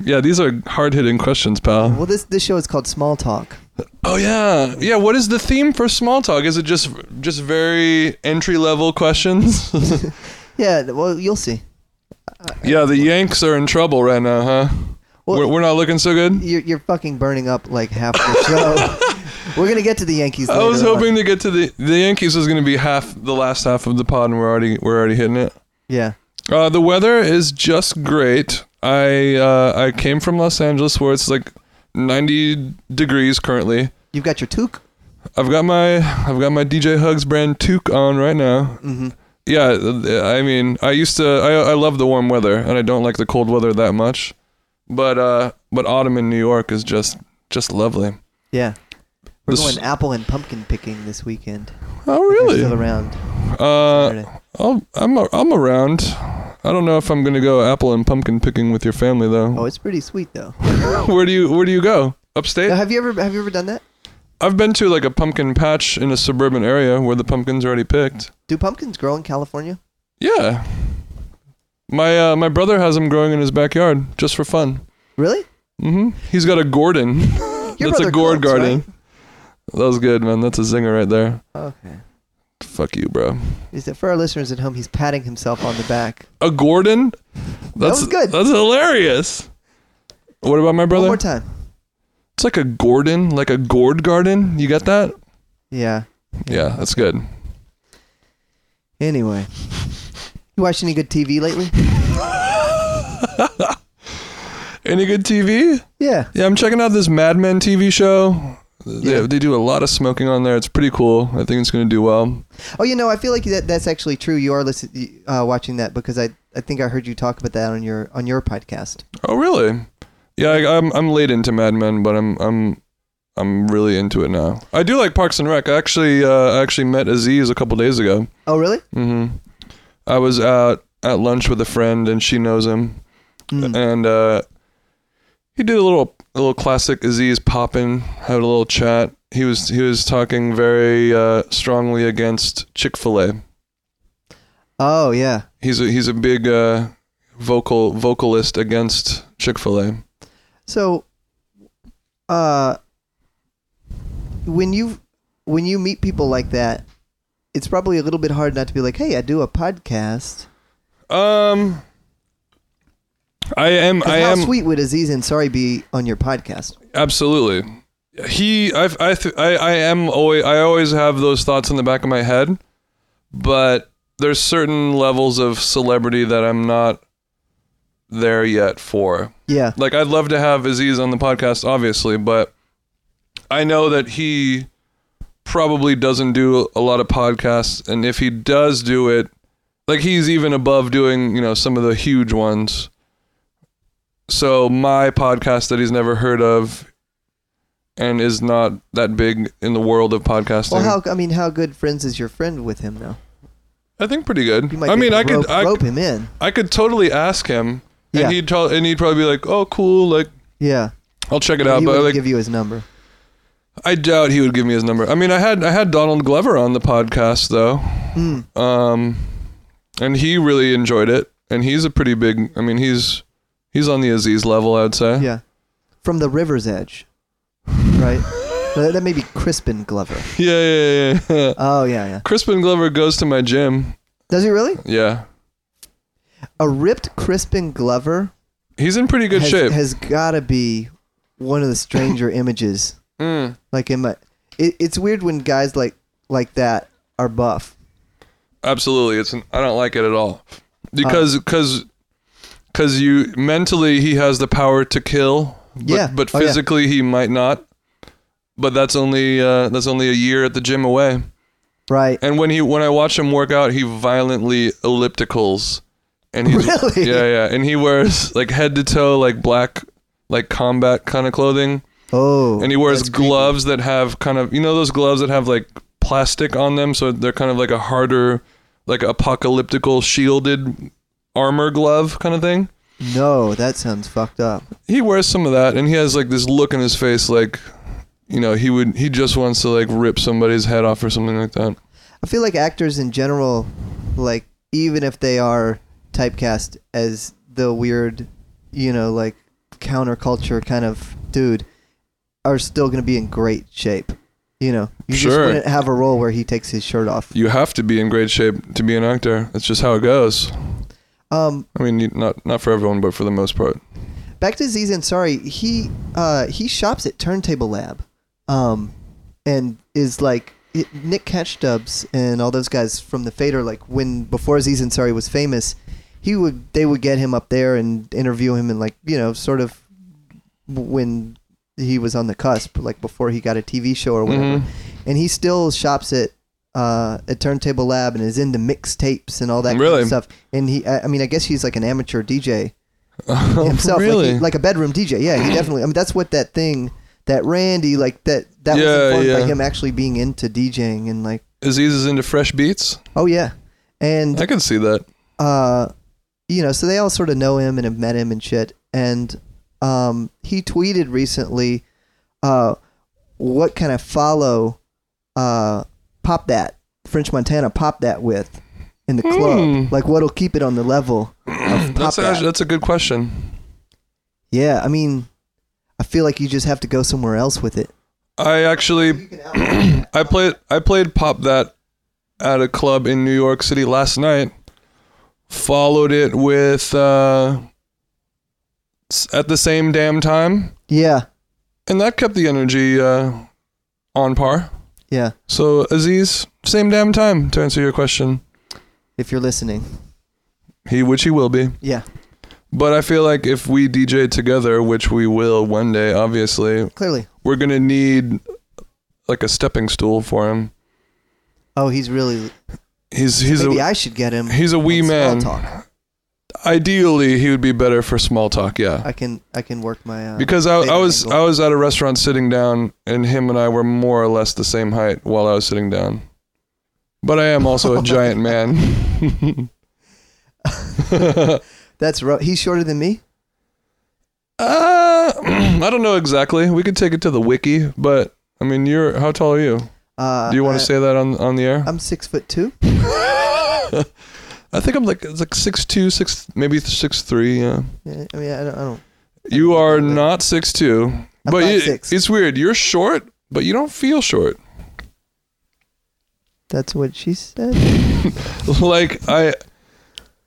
[SPEAKER 3] Yeah, these are hard hitting questions, pal.
[SPEAKER 4] Well, this this show is called Small Talk.
[SPEAKER 3] Oh yeah, yeah. What is the theme for small talk? Is it just just very entry level questions?
[SPEAKER 4] Yeah, th- well, you'll see.
[SPEAKER 3] yeah, the Yanks are in trouble right now, huh?
[SPEAKER 4] Well-
[SPEAKER 3] we're, we're not looking so good.
[SPEAKER 4] You're, you're fucking burning up like half the show. We're gonna get to the Yankees.
[SPEAKER 3] I was
[SPEAKER 4] later on.
[SPEAKER 3] hoping to get to the the Yankees was going to be half the last half of the pod, and we're already we're already hitting it.
[SPEAKER 4] Yeah.
[SPEAKER 3] Uh, the weather is just great. I uh, I came from Los Angeles where it's like 90 degrees currently.
[SPEAKER 4] You've got your toque.
[SPEAKER 3] I've got my I've got my DJ Hugs brand toque on right now. Mm-hmm. Yeah, uh, I mean, I used to I I love the warm weather and I don't like the cold weather that much, but uh, but autumn in New York is just just lovely.
[SPEAKER 4] Yeah. We're
[SPEAKER 3] The s-
[SPEAKER 4] going apple and pumpkin picking this weekend.
[SPEAKER 3] Oh
[SPEAKER 4] They're
[SPEAKER 3] really?
[SPEAKER 4] Still around.
[SPEAKER 3] Uh,
[SPEAKER 4] Saturday.
[SPEAKER 3] I'll, I'm a, I'm around. I don't know if I'm gonna go apple and pumpkin picking with your family
[SPEAKER 4] Oh,
[SPEAKER 3] though.
[SPEAKER 4] it's pretty sweet though.
[SPEAKER 3] Where do you Where do you go? Upstate?
[SPEAKER 4] Now, have you ever have you ever done that?
[SPEAKER 3] I've been to like a pumpkin patch in a suburban area where the pumpkins are already picked.
[SPEAKER 4] Do pumpkins grow in California?
[SPEAKER 3] Yeah. My uh, my brother has them growing in his backyard just for fun.
[SPEAKER 4] Really?
[SPEAKER 3] hmm He's got a Gordon.
[SPEAKER 4] Your
[SPEAKER 3] That's a
[SPEAKER 4] brother
[SPEAKER 3] gourd
[SPEAKER 4] cooks,
[SPEAKER 3] garden. That was good, man. That's a zinger right there.
[SPEAKER 4] right? Okay.
[SPEAKER 3] Fuck you, bro.
[SPEAKER 4] Is that for our listeners at home? He's patting himself on the back.
[SPEAKER 3] A Gordon? That's
[SPEAKER 4] was good.
[SPEAKER 3] That's hilarious. What about my
[SPEAKER 4] One
[SPEAKER 3] brother?
[SPEAKER 4] more time.
[SPEAKER 3] It's like a Gordon, like a gourd garden. You got that?
[SPEAKER 4] Yeah.
[SPEAKER 3] Yeah, that's good.
[SPEAKER 4] Anyway, you watch any good TV lately?
[SPEAKER 3] Any good TV?
[SPEAKER 4] Yeah.
[SPEAKER 3] Yeah, I'm checking out this Mad Men TV show. They,
[SPEAKER 4] Yeah.
[SPEAKER 3] they do a lot of smoking on there. It's pretty cool. I think it's going to do well.
[SPEAKER 4] Oh, you know, I feel like that, that's actually true. You are listen, uh, watching that because I, I think I heard you talk about that on your on your podcast.
[SPEAKER 3] Oh really? Yeah, I, I'm I'm late into Mad Men, but I'm I'm I'm really into it now. I do like Parks and Rec. I actually uh, I actually met Aziz a couple days ago.
[SPEAKER 4] Oh, really?
[SPEAKER 3] hmm I was out at lunch with a friend, and she knows him,
[SPEAKER 4] Mm.
[SPEAKER 3] and uh, he did a little a little classic Aziz poppin. Had a little chat. He was he was talking very uh, strongly against Chick Fil A.
[SPEAKER 4] Oh, yeah.
[SPEAKER 3] He's a, he's a big uh, vocal vocalist against Chick Fil A.
[SPEAKER 4] So, uh, when you when you meet people like that, it's probably a little bit hard not to be like, "Hey, I do a podcast."
[SPEAKER 3] Um, I am.
[SPEAKER 4] 'Cause
[SPEAKER 3] I
[SPEAKER 4] how
[SPEAKER 3] am
[SPEAKER 4] sweet would Aziz Ansari be on your podcast?
[SPEAKER 3] absolutely. He. I've, I. Th- I. I am always. I always have those thoughts in the back of my head, but there's certain levels of celebrity that I'm not there yet for.
[SPEAKER 4] Yeah,
[SPEAKER 3] Like I'd love to have Aziz on the podcast, obviously, but I know that he probably doesn't do a lot of podcasts, and if he does do it, like he's even above doing, you know, some of the huge ones. So my podcast that he's never heard of and is not that big in the world of podcasting.
[SPEAKER 4] Well, how I mean, how good friends is your friend with him now?
[SPEAKER 3] I think pretty good.
[SPEAKER 4] You
[SPEAKER 3] I
[SPEAKER 4] be
[SPEAKER 3] mean,
[SPEAKER 4] able
[SPEAKER 3] I
[SPEAKER 4] to
[SPEAKER 3] could
[SPEAKER 4] rope,
[SPEAKER 3] I,
[SPEAKER 4] rope him in.
[SPEAKER 3] I could totally ask him and
[SPEAKER 4] Yeah.
[SPEAKER 3] he'd tell, and he'd probably be like, "Oh, cool, like
[SPEAKER 4] Yeah,
[SPEAKER 3] I'll check it
[SPEAKER 4] he
[SPEAKER 3] out."
[SPEAKER 4] would
[SPEAKER 3] but like
[SPEAKER 4] give you his number.
[SPEAKER 3] I doubt he would give me his number. I mean, I had I had Donald Glover on the podcast though,
[SPEAKER 4] Mm.
[SPEAKER 3] um, and he really enjoyed it. And he's a pretty big. I mean, he's he's on the Aziz level, I'd say.
[SPEAKER 4] Yeah, from the river's edge, right? that, that may be Crispin Glover.
[SPEAKER 3] yeah, yeah, yeah. yeah.
[SPEAKER 4] Oh yeah, yeah.
[SPEAKER 3] Crispin Glover goes to my gym.
[SPEAKER 4] Does he really?
[SPEAKER 3] Yeah,
[SPEAKER 4] A ripped Crispin Glover
[SPEAKER 3] he's in pretty good
[SPEAKER 4] has,
[SPEAKER 3] shape.
[SPEAKER 4] has got to be one of the stranger images.
[SPEAKER 3] Mm.
[SPEAKER 4] Like in my, it, it's weird when guys like like that are buff.
[SPEAKER 3] Absolutely, it's an, I don't like it at all
[SPEAKER 4] Uh,
[SPEAKER 3] because because because you mentally he has the power to kill, but,
[SPEAKER 4] Yeah.
[SPEAKER 3] but
[SPEAKER 4] Oh, yeah.
[SPEAKER 3] physically he might not. But that's only uh, that's only a year at the gym away.
[SPEAKER 4] Right.
[SPEAKER 3] And when he when I watch him work out, he violently ellipticals, and he's
[SPEAKER 4] Really?
[SPEAKER 3] yeah yeah, and he wears like head to toe like black like combat kind of clothing,
[SPEAKER 4] Oh.
[SPEAKER 3] and he wears
[SPEAKER 4] that's creepy.
[SPEAKER 3] gloves that have kind of you know those gloves that have like plastic on them, so they're kind of like a harder like apocalyptical shielded armor glove kind of thing.
[SPEAKER 4] No, that sounds fucked up.
[SPEAKER 3] He wears some of that, and he has like this look in his face like. You know, he would. He just wants to like rip somebody's head off or something like that.
[SPEAKER 4] I feel like actors in general, like even if they are typecast as the weird, you know, like counterculture kind of dude, are still going to be in great shape. You know, you
[SPEAKER 3] Sure.
[SPEAKER 4] just wouldn't have a role where he takes his shirt off.
[SPEAKER 3] you have to be in great shape to be an actor. That's just how it goes.
[SPEAKER 4] Um,
[SPEAKER 3] I mean, you- not not for everyone, but for the most part.
[SPEAKER 4] back to Aziz Ansari, he uh, he shops at Turntable Lab, um, and is like it, Nick Catchdubs and all those guys from the Fader. Like when before Aziz Ansari was famous, he would they would get him up there and interview him and like you know sort of when he was on the cusp, like before he got a TV show or whatever.
[SPEAKER 3] Mhm.
[SPEAKER 4] And he still shops at uh, at Turntable Lab and is into mixtapes and all that kind
[SPEAKER 3] Really?
[SPEAKER 4] of stuff. And he, I, I mean, I guess he's like an amateur DJ himself, like he-
[SPEAKER 3] Oh, really?
[SPEAKER 4] like, a bedroom DJ. Yeah, he definitely. I mean, that's what that thing that Randy like that that
[SPEAKER 3] Yeah,
[SPEAKER 4] was informed by
[SPEAKER 3] yeah.
[SPEAKER 4] him actually being into DJing and like
[SPEAKER 3] Aziz is into fresh beats.
[SPEAKER 4] oh yeah, and
[SPEAKER 3] I can see that.
[SPEAKER 4] uh, you know, so they all sort of know him and have met him and shit. And um, he tweeted recently, uh, what kind of follow, uh, pop that French Montana pop that with in the club?
[SPEAKER 3] Hmm.
[SPEAKER 4] Like what'll keep it on the level of pop
[SPEAKER 3] That's
[SPEAKER 4] that?
[SPEAKER 3] a, that's a good question.
[SPEAKER 4] yeah, I mean, I feel like you just have to go somewhere else with it.
[SPEAKER 3] I actually I played I played pop that at a club in New York City last night. Followed it with uh, s- at the same damn time,
[SPEAKER 4] Yeah,
[SPEAKER 3] and that kept the energy uh, on par.
[SPEAKER 4] yeah.
[SPEAKER 3] So Aziz, same damn time to answer your question.
[SPEAKER 4] If you're listening,
[SPEAKER 3] He which he will be.
[SPEAKER 4] yeah.
[SPEAKER 3] But I feel like if we DJ together, which we will one day, obviously,
[SPEAKER 4] Clearly.
[SPEAKER 3] we're gonna need like a stepping stool for him.
[SPEAKER 4] Oh, he's really.
[SPEAKER 3] He's he's
[SPEAKER 4] Maybe
[SPEAKER 3] a
[SPEAKER 4] I should get him.
[SPEAKER 3] he's a wee
[SPEAKER 4] on small
[SPEAKER 3] man.
[SPEAKER 4] Talk.
[SPEAKER 3] ideally he would be better for small talk, yeah.
[SPEAKER 4] I can I can work my. Uh,
[SPEAKER 3] Because I, I
[SPEAKER 4] favorite
[SPEAKER 3] was
[SPEAKER 4] angle.
[SPEAKER 3] I was at a restaurant sitting down and him and I were more or less the same height while I was sitting down. But I am also a giant man.
[SPEAKER 4] That's rough. He's shorter than me.
[SPEAKER 3] Uh, I don't know exactly. We could take it to the wiki, but I mean, you're how tall are you?
[SPEAKER 4] Uh,
[SPEAKER 3] Do you want
[SPEAKER 4] I-
[SPEAKER 3] to say that on on the air?
[SPEAKER 4] I'm six foot two.
[SPEAKER 3] I think I'm like it's like six two, six maybe six three. Yeah,
[SPEAKER 4] Yeah, I mean, I don't. I don't
[SPEAKER 3] you are not six two, but you-
[SPEAKER 4] 5'6".
[SPEAKER 3] it's weird. You're short, but you don't feel short.
[SPEAKER 4] That's what she said.
[SPEAKER 3] like I,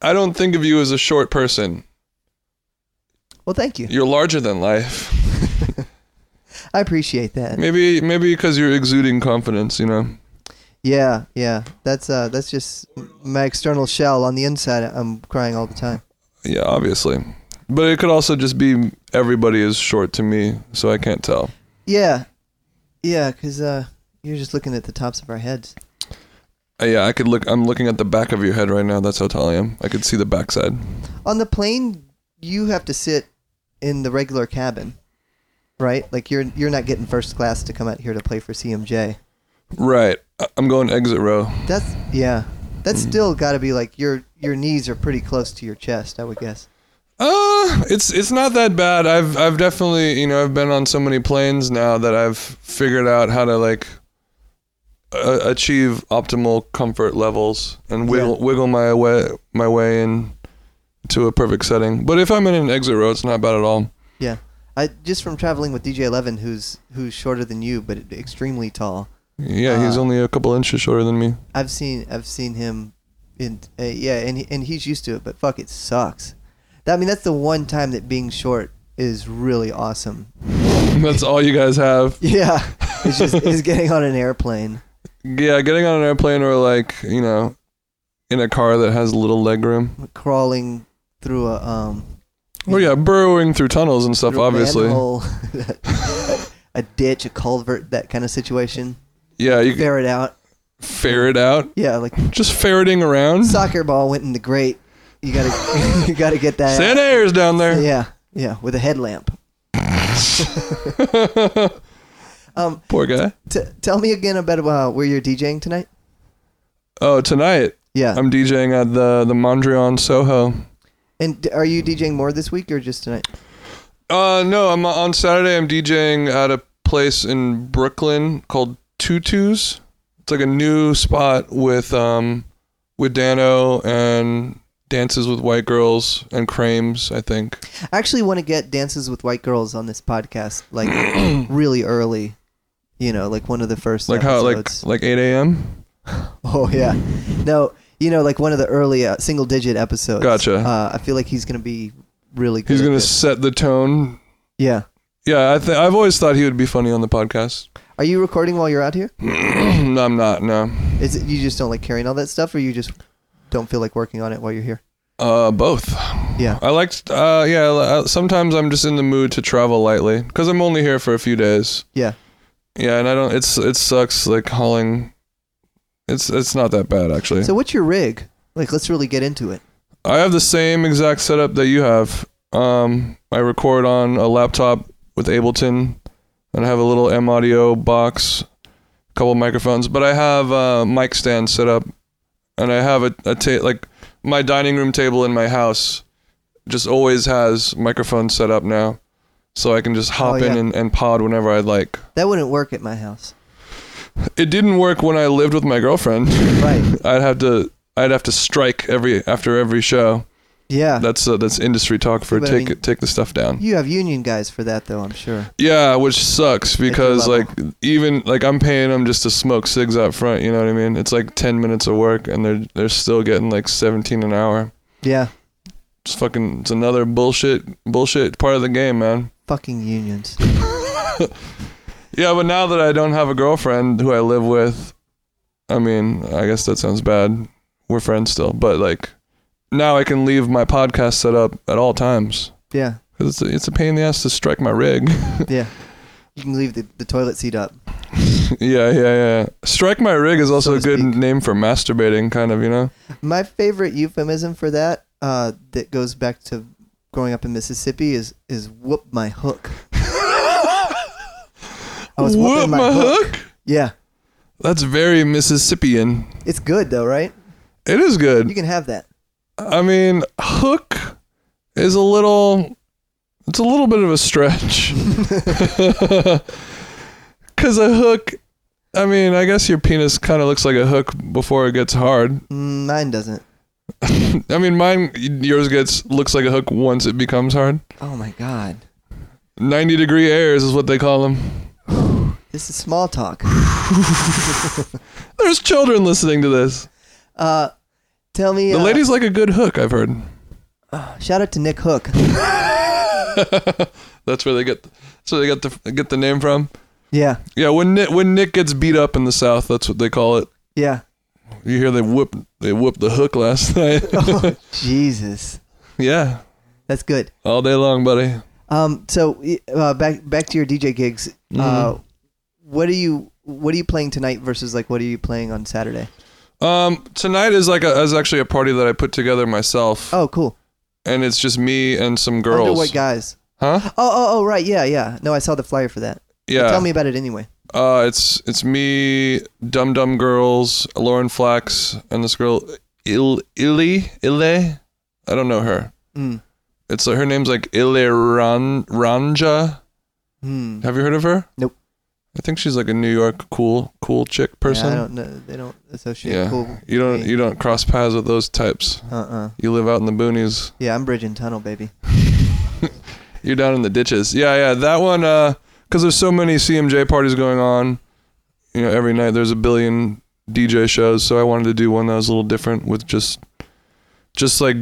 [SPEAKER 3] I don't think of you as a short person.
[SPEAKER 4] Well, thank you.
[SPEAKER 3] You're larger than life.
[SPEAKER 4] I appreciate that.
[SPEAKER 3] Maybe maybe because you're exuding confidence. You know.
[SPEAKER 4] Yeah, yeah. That's uh, that's just my external shell. On the inside, I'm crying all the time.
[SPEAKER 3] Yeah, obviously. But it could also just be everybody is short to me, so I can't tell.
[SPEAKER 4] Yeah, yeah. Cause uh, you're just looking at the tops of our heads.
[SPEAKER 3] Uh, yeah, I could look. I'm looking at the back of your head right now. That's how tall I am. I could see the backside.
[SPEAKER 4] On the plane, you have to sit in the regular cabin, right? Like you're you're not getting first class to come out here to play for CMJ.
[SPEAKER 3] Right. I- I'm going exit row.
[SPEAKER 4] That's yeah. That's still got to be like your your knees are pretty close to your chest, I would guess.
[SPEAKER 3] Uh, it's it's not that bad. I've I've definitely you know I've been on so many planes now that I've figured out how to like uh, achieve optimal comfort levels and wiggle wiggle my way my way in to a perfect setting. But if I'm in an exit row, it's not bad at all.
[SPEAKER 4] Yeah. I just from traveling with DJ Eleven, who's who's shorter than you but extremely tall.
[SPEAKER 3] Yeah, he's
[SPEAKER 4] Uh,
[SPEAKER 3] only a couple inches shorter than me.
[SPEAKER 4] I've seen I've seen him in uh, yeah, and he- and he's used to it, but fuck, it sucks. That- I mean, that's the one time that being short is really awesome.
[SPEAKER 3] That's all you guys have.
[SPEAKER 4] Yeah, it's just is getting on an airplane.
[SPEAKER 3] Yeah, getting on an airplane or like you know, in a car that has little leg room.
[SPEAKER 4] crawling through a um
[SPEAKER 3] Well, yeah, burrowing through tunnels and stuff,
[SPEAKER 4] through a
[SPEAKER 3] obviously.
[SPEAKER 4] manhole, a ditch, a culvert, that kind of situation.
[SPEAKER 3] Yeah, you can
[SPEAKER 4] Ferret out.
[SPEAKER 3] ferret out.
[SPEAKER 4] Yeah, like
[SPEAKER 3] Just ferreting around.
[SPEAKER 4] soccer ball went in the grate. You gotta you gotta get that.
[SPEAKER 3] Santa Air's down there.
[SPEAKER 4] Yeah, yeah, with a headlamp.
[SPEAKER 3] Poor guy.
[SPEAKER 4] Um, T- tell me again about uh, where you're DJing tonight.
[SPEAKER 3] Oh, tonight
[SPEAKER 4] Yeah,
[SPEAKER 3] I'm DJing at the the Mondrian Soho.
[SPEAKER 4] and d- are you DJing more this week or just tonight?
[SPEAKER 3] Uh, no, I'm on Saturday. I'm DJing at a place in Brooklyn called Tutus. It's like a new spot with um with Dano and Dances with White Girls and Crames. I think.
[SPEAKER 4] I actually want to get dances with white girls on this podcast, like really early. You know, like one of the first
[SPEAKER 3] Like how like
[SPEAKER 4] episodes.
[SPEAKER 3] like 8 a.m.
[SPEAKER 4] Oh yeah, no, you know, like one of the early uh, single digit episodes.
[SPEAKER 3] Gotcha.
[SPEAKER 4] Uh, I feel like he's gonna be really. good
[SPEAKER 3] He's
[SPEAKER 4] at
[SPEAKER 3] gonna
[SPEAKER 4] this.
[SPEAKER 3] set the tone.
[SPEAKER 4] yeah.
[SPEAKER 3] Yeah, I th- I've always thought he would be funny on the podcast.
[SPEAKER 4] Are you recording while you're out here?
[SPEAKER 3] no, I'm not. No.
[SPEAKER 4] Is it you just don't like carrying all that stuff, or you just don't feel like working on it while you're here?
[SPEAKER 3] Uh, both.
[SPEAKER 4] Yeah.
[SPEAKER 3] I liked. Uh, yeah. I- Sometimes I'm just in the mood to travel lightly because I'm only here for a few days.
[SPEAKER 4] Yeah.
[SPEAKER 3] Yeah, and I don't. It's it sucks like hauling. It's it's not that bad actually.
[SPEAKER 4] So what's your rig? Like, let's really get into it.
[SPEAKER 3] I have the same exact setup that you have. Um, I record on a laptop with Ableton, and I have a little M Audio box, a couple microphones, but I have a mic stand set up, and I have a, a ta- like my dining room table in my house just always has microphones set up now, so I can just hop
[SPEAKER 4] Oh, yeah.
[SPEAKER 3] in and, and pod whenever I'd like.
[SPEAKER 4] That wouldn't work at my house.
[SPEAKER 3] It didn't work when I lived with my girlfriend.
[SPEAKER 4] Right.
[SPEAKER 3] I'd have to I'd have to strike every after every show.
[SPEAKER 4] Yeah.
[SPEAKER 3] That's uh, that's industry talk for
[SPEAKER 4] But I
[SPEAKER 3] take
[SPEAKER 4] mean-
[SPEAKER 3] take the stuff down.
[SPEAKER 4] you have union guys for that, though. I'm sure.
[SPEAKER 3] Yeah, which sucks because like
[SPEAKER 4] level.
[SPEAKER 3] even like I'm paying them just to smoke cigs out front. You know what I mean? It's like ten minutes of work and they're they're still getting like seventeen an hour.
[SPEAKER 4] Yeah.
[SPEAKER 3] It's fucking it's another bullshit bullshit part of the game, man.
[SPEAKER 4] Fucking unions.
[SPEAKER 3] Yeah, but now that I don't have a girlfriend who I live with, I mean, I guess that sounds bad. We're friends still, but like now I can leave my podcast set up at all times.
[SPEAKER 4] Yeah.
[SPEAKER 3] Cause it's a, it's a pain in the ass to strike my rig.
[SPEAKER 4] Yeah. You can leave the, the toilet seat up.
[SPEAKER 3] yeah, yeah, yeah. Strike my rig is also
[SPEAKER 4] So
[SPEAKER 3] a
[SPEAKER 4] to
[SPEAKER 3] good
[SPEAKER 4] speak.
[SPEAKER 3] name for masturbating, kind of. You know.
[SPEAKER 4] My favorite euphemism for that, uh, that goes back to growing up in Mississippi, is is whoop my hook. I was whooping
[SPEAKER 3] Whoop
[SPEAKER 4] my, hook. Yeah,
[SPEAKER 3] That's very Mississippian.
[SPEAKER 4] it's good though, right?
[SPEAKER 3] It is
[SPEAKER 4] You
[SPEAKER 3] good.
[SPEAKER 4] can have that.
[SPEAKER 3] I mean, hook is a little. It's a little bit of a stretch. Cause a hook. I mean, I guess your penis kind of looks like a hook before it gets hard.
[SPEAKER 4] Mm, Mine doesn't.
[SPEAKER 3] I mean, mine, yours gets looks like a hook once it becomes hard.
[SPEAKER 4] Oh my god.
[SPEAKER 3] Ninety degree airs is what they call them.
[SPEAKER 4] This is small talk.
[SPEAKER 3] There's children listening to this.
[SPEAKER 4] Uh, tell me.
[SPEAKER 3] The
[SPEAKER 4] uh,
[SPEAKER 3] ladies like a good hook, I've heard.
[SPEAKER 4] Shout out to Nick Hook.
[SPEAKER 3] That's where they get. That's where they get the get the name from.
[SPEAKER 4] Yeah,
[SPEAKER 3] Yeah, when Nick, when Nick gets beat up in the South, that's what they call it.
[SPEAKER 4] yeah.
[SPEAKER 3] You hear they whoop they whooped the hook last night.
[SPEAKER 4] Jesus,
[SPEAKER 3] yeah,
[SPEAKER 4] that's good.
[SPEAKER 3] all day long, buddy.
[SPEAKER 4] Um, so uh, back back to your DJ gigs.
[SPEAKER 3] Mm-hmm.
[SPEAKER 4] Uh, what are you What are you playing tonight versus like what are you playing on Saturday?
[SPEAKER 3] Um, tonight is like a, is actually a party that I put together myself,
[SPEAKER 4] Oh, cool.
[SPEAKER 3] and it's just me and some girls.
[SPEAKER 4] Underwood guys.
[SPEAKER 3] Huh?
[SPEAKER 4] Oh, oh, oh, right. Yeah, yeah. No, I saw the flyer for that. But
[SPEAKER 3] Yeah.
[SPEAKER 4] Tell me about it anyway.
[SPEAKER 3] Uh, it's it's me, Dum Dum Girls, Lauren Flax, and this girl Il Illy Ile. I don't know her.
[SPEAKER 4] Mm.
[SPEAKER 3] It's her name's like Ile Ran, Ranja.
[SPEAKER 4] Hmm.
[SPEAKER 3] Have you heard of her?
[SPEAKER 4] Nope.
[SPEAKER 3] I think she's like a New York cool cool chick person.
[SPEAKER 4] Yeah, I don't know. They don't associate.
[SPEAKER 3] Yeah.
[SPEAKER 4] Cool.
[SPEAKER 3] you don't
[SPEAKER 4] me.
[SPEAKER 3] you don't cross paths with those types.
[SPEAKER 4] Uh. uh
[SPEAKER 3] You live out in the boonies.
[SPEAKER 4] Yeah, I'm bridging tunnel, baby.
[SPEAKER 3] You're down in the ditches. Yeah, yeah. That one, uh, because there's so many CMJ parties going on, you know, every night there's a billion DJ shows. So I wanted to do one that was a little different with just, just like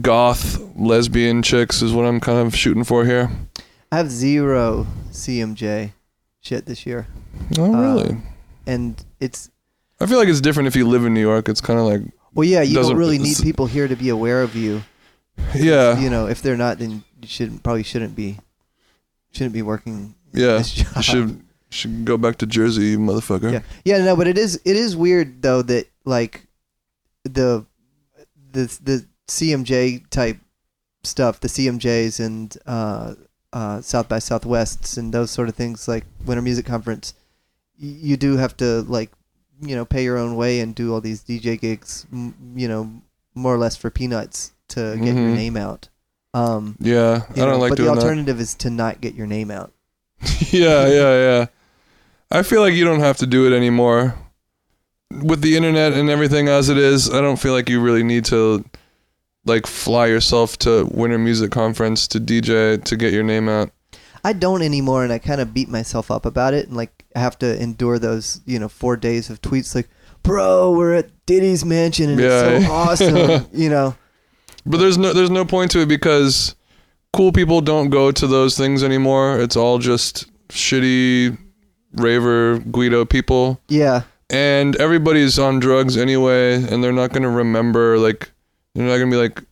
[SPEAKER 3] goth lesbian chicks is what I'm kind of shooting for here.
[SPEAKER 4] I have zero CMJ shit this year,
[SPEAKER 3] Oh,
[SPEAKER 4] Uh,
[SPEAKER 3] really?
[SPEAKER 4] and it's
[SPEAKER 3] I feel like it's different if you live in New York. It's kind of like,
[SPEAKER 4] well, yeah. You
[SPEAKER 3] Doesn't- Uh.
[SPEAKER 4] don't really need
[SPEAKER 3] it's-
[SPEAKER 4] people here to be aware of you.
[SPEAKER 3] yeah,
[SPEAKER 4] You know, if they're not, then you shouldn't probably shouldn't be shouldn't be working
[SPEAKER 3] yeah.
[SPEAKER 4] this job.
[SPEAKER 3] You should should go back to Jersey, you motherfucker.
[SPEAKER 4] Yeah, yeah, no, but it is it is weird though that like the the the CMJ type stuff, the CMJs and uh, uh, South by Southwests and those sort of things, like Winter Music Conference, y- you do have to like you know pay your own way and do all these DJ gigs, m- you know, more or less for peanuts to get your
[SPEAKER 3] Mhm.
[SPEAKER 4] name out. Um,
[SPEAKER 3] Yeah, I don't
[SPEAKER 4] you know,
[SPEAKER 3] like
[SPEAKER 4] but
[SPEAKER 3] doing
[SPEAKER 4] the
[SPEAKER 3] that.
[SPEAKER 4] alternative is to not get your name out.
[SPEAKER 3] yeah, yeah, yeah. I feel like you don't have to do it anymore. With the internet and everything as it is, I don't feel like you really need to like fly yourself to Winter Music Conference to DJ to get your name out.
[SPEAKER 4] I don't anymore, and I kind of beat myself up about it, and like I have to endure those, you know, four days of tweets like, "Bro, we're at Diddy's mansion, and it's
[SPEAKER 3] Yeah.
[SPEAKER 4] so awesome," you know.
[SPEAKER 3] But there's no there's no point to it because cool people don't go to those things anymore. It's all just shitty raver guido people.
[SPEAKER 4] Yeah,
[SPEAKER 3] and everybody's on drugs anyway, and they're not gonna remember. Like, they're not gonna be like,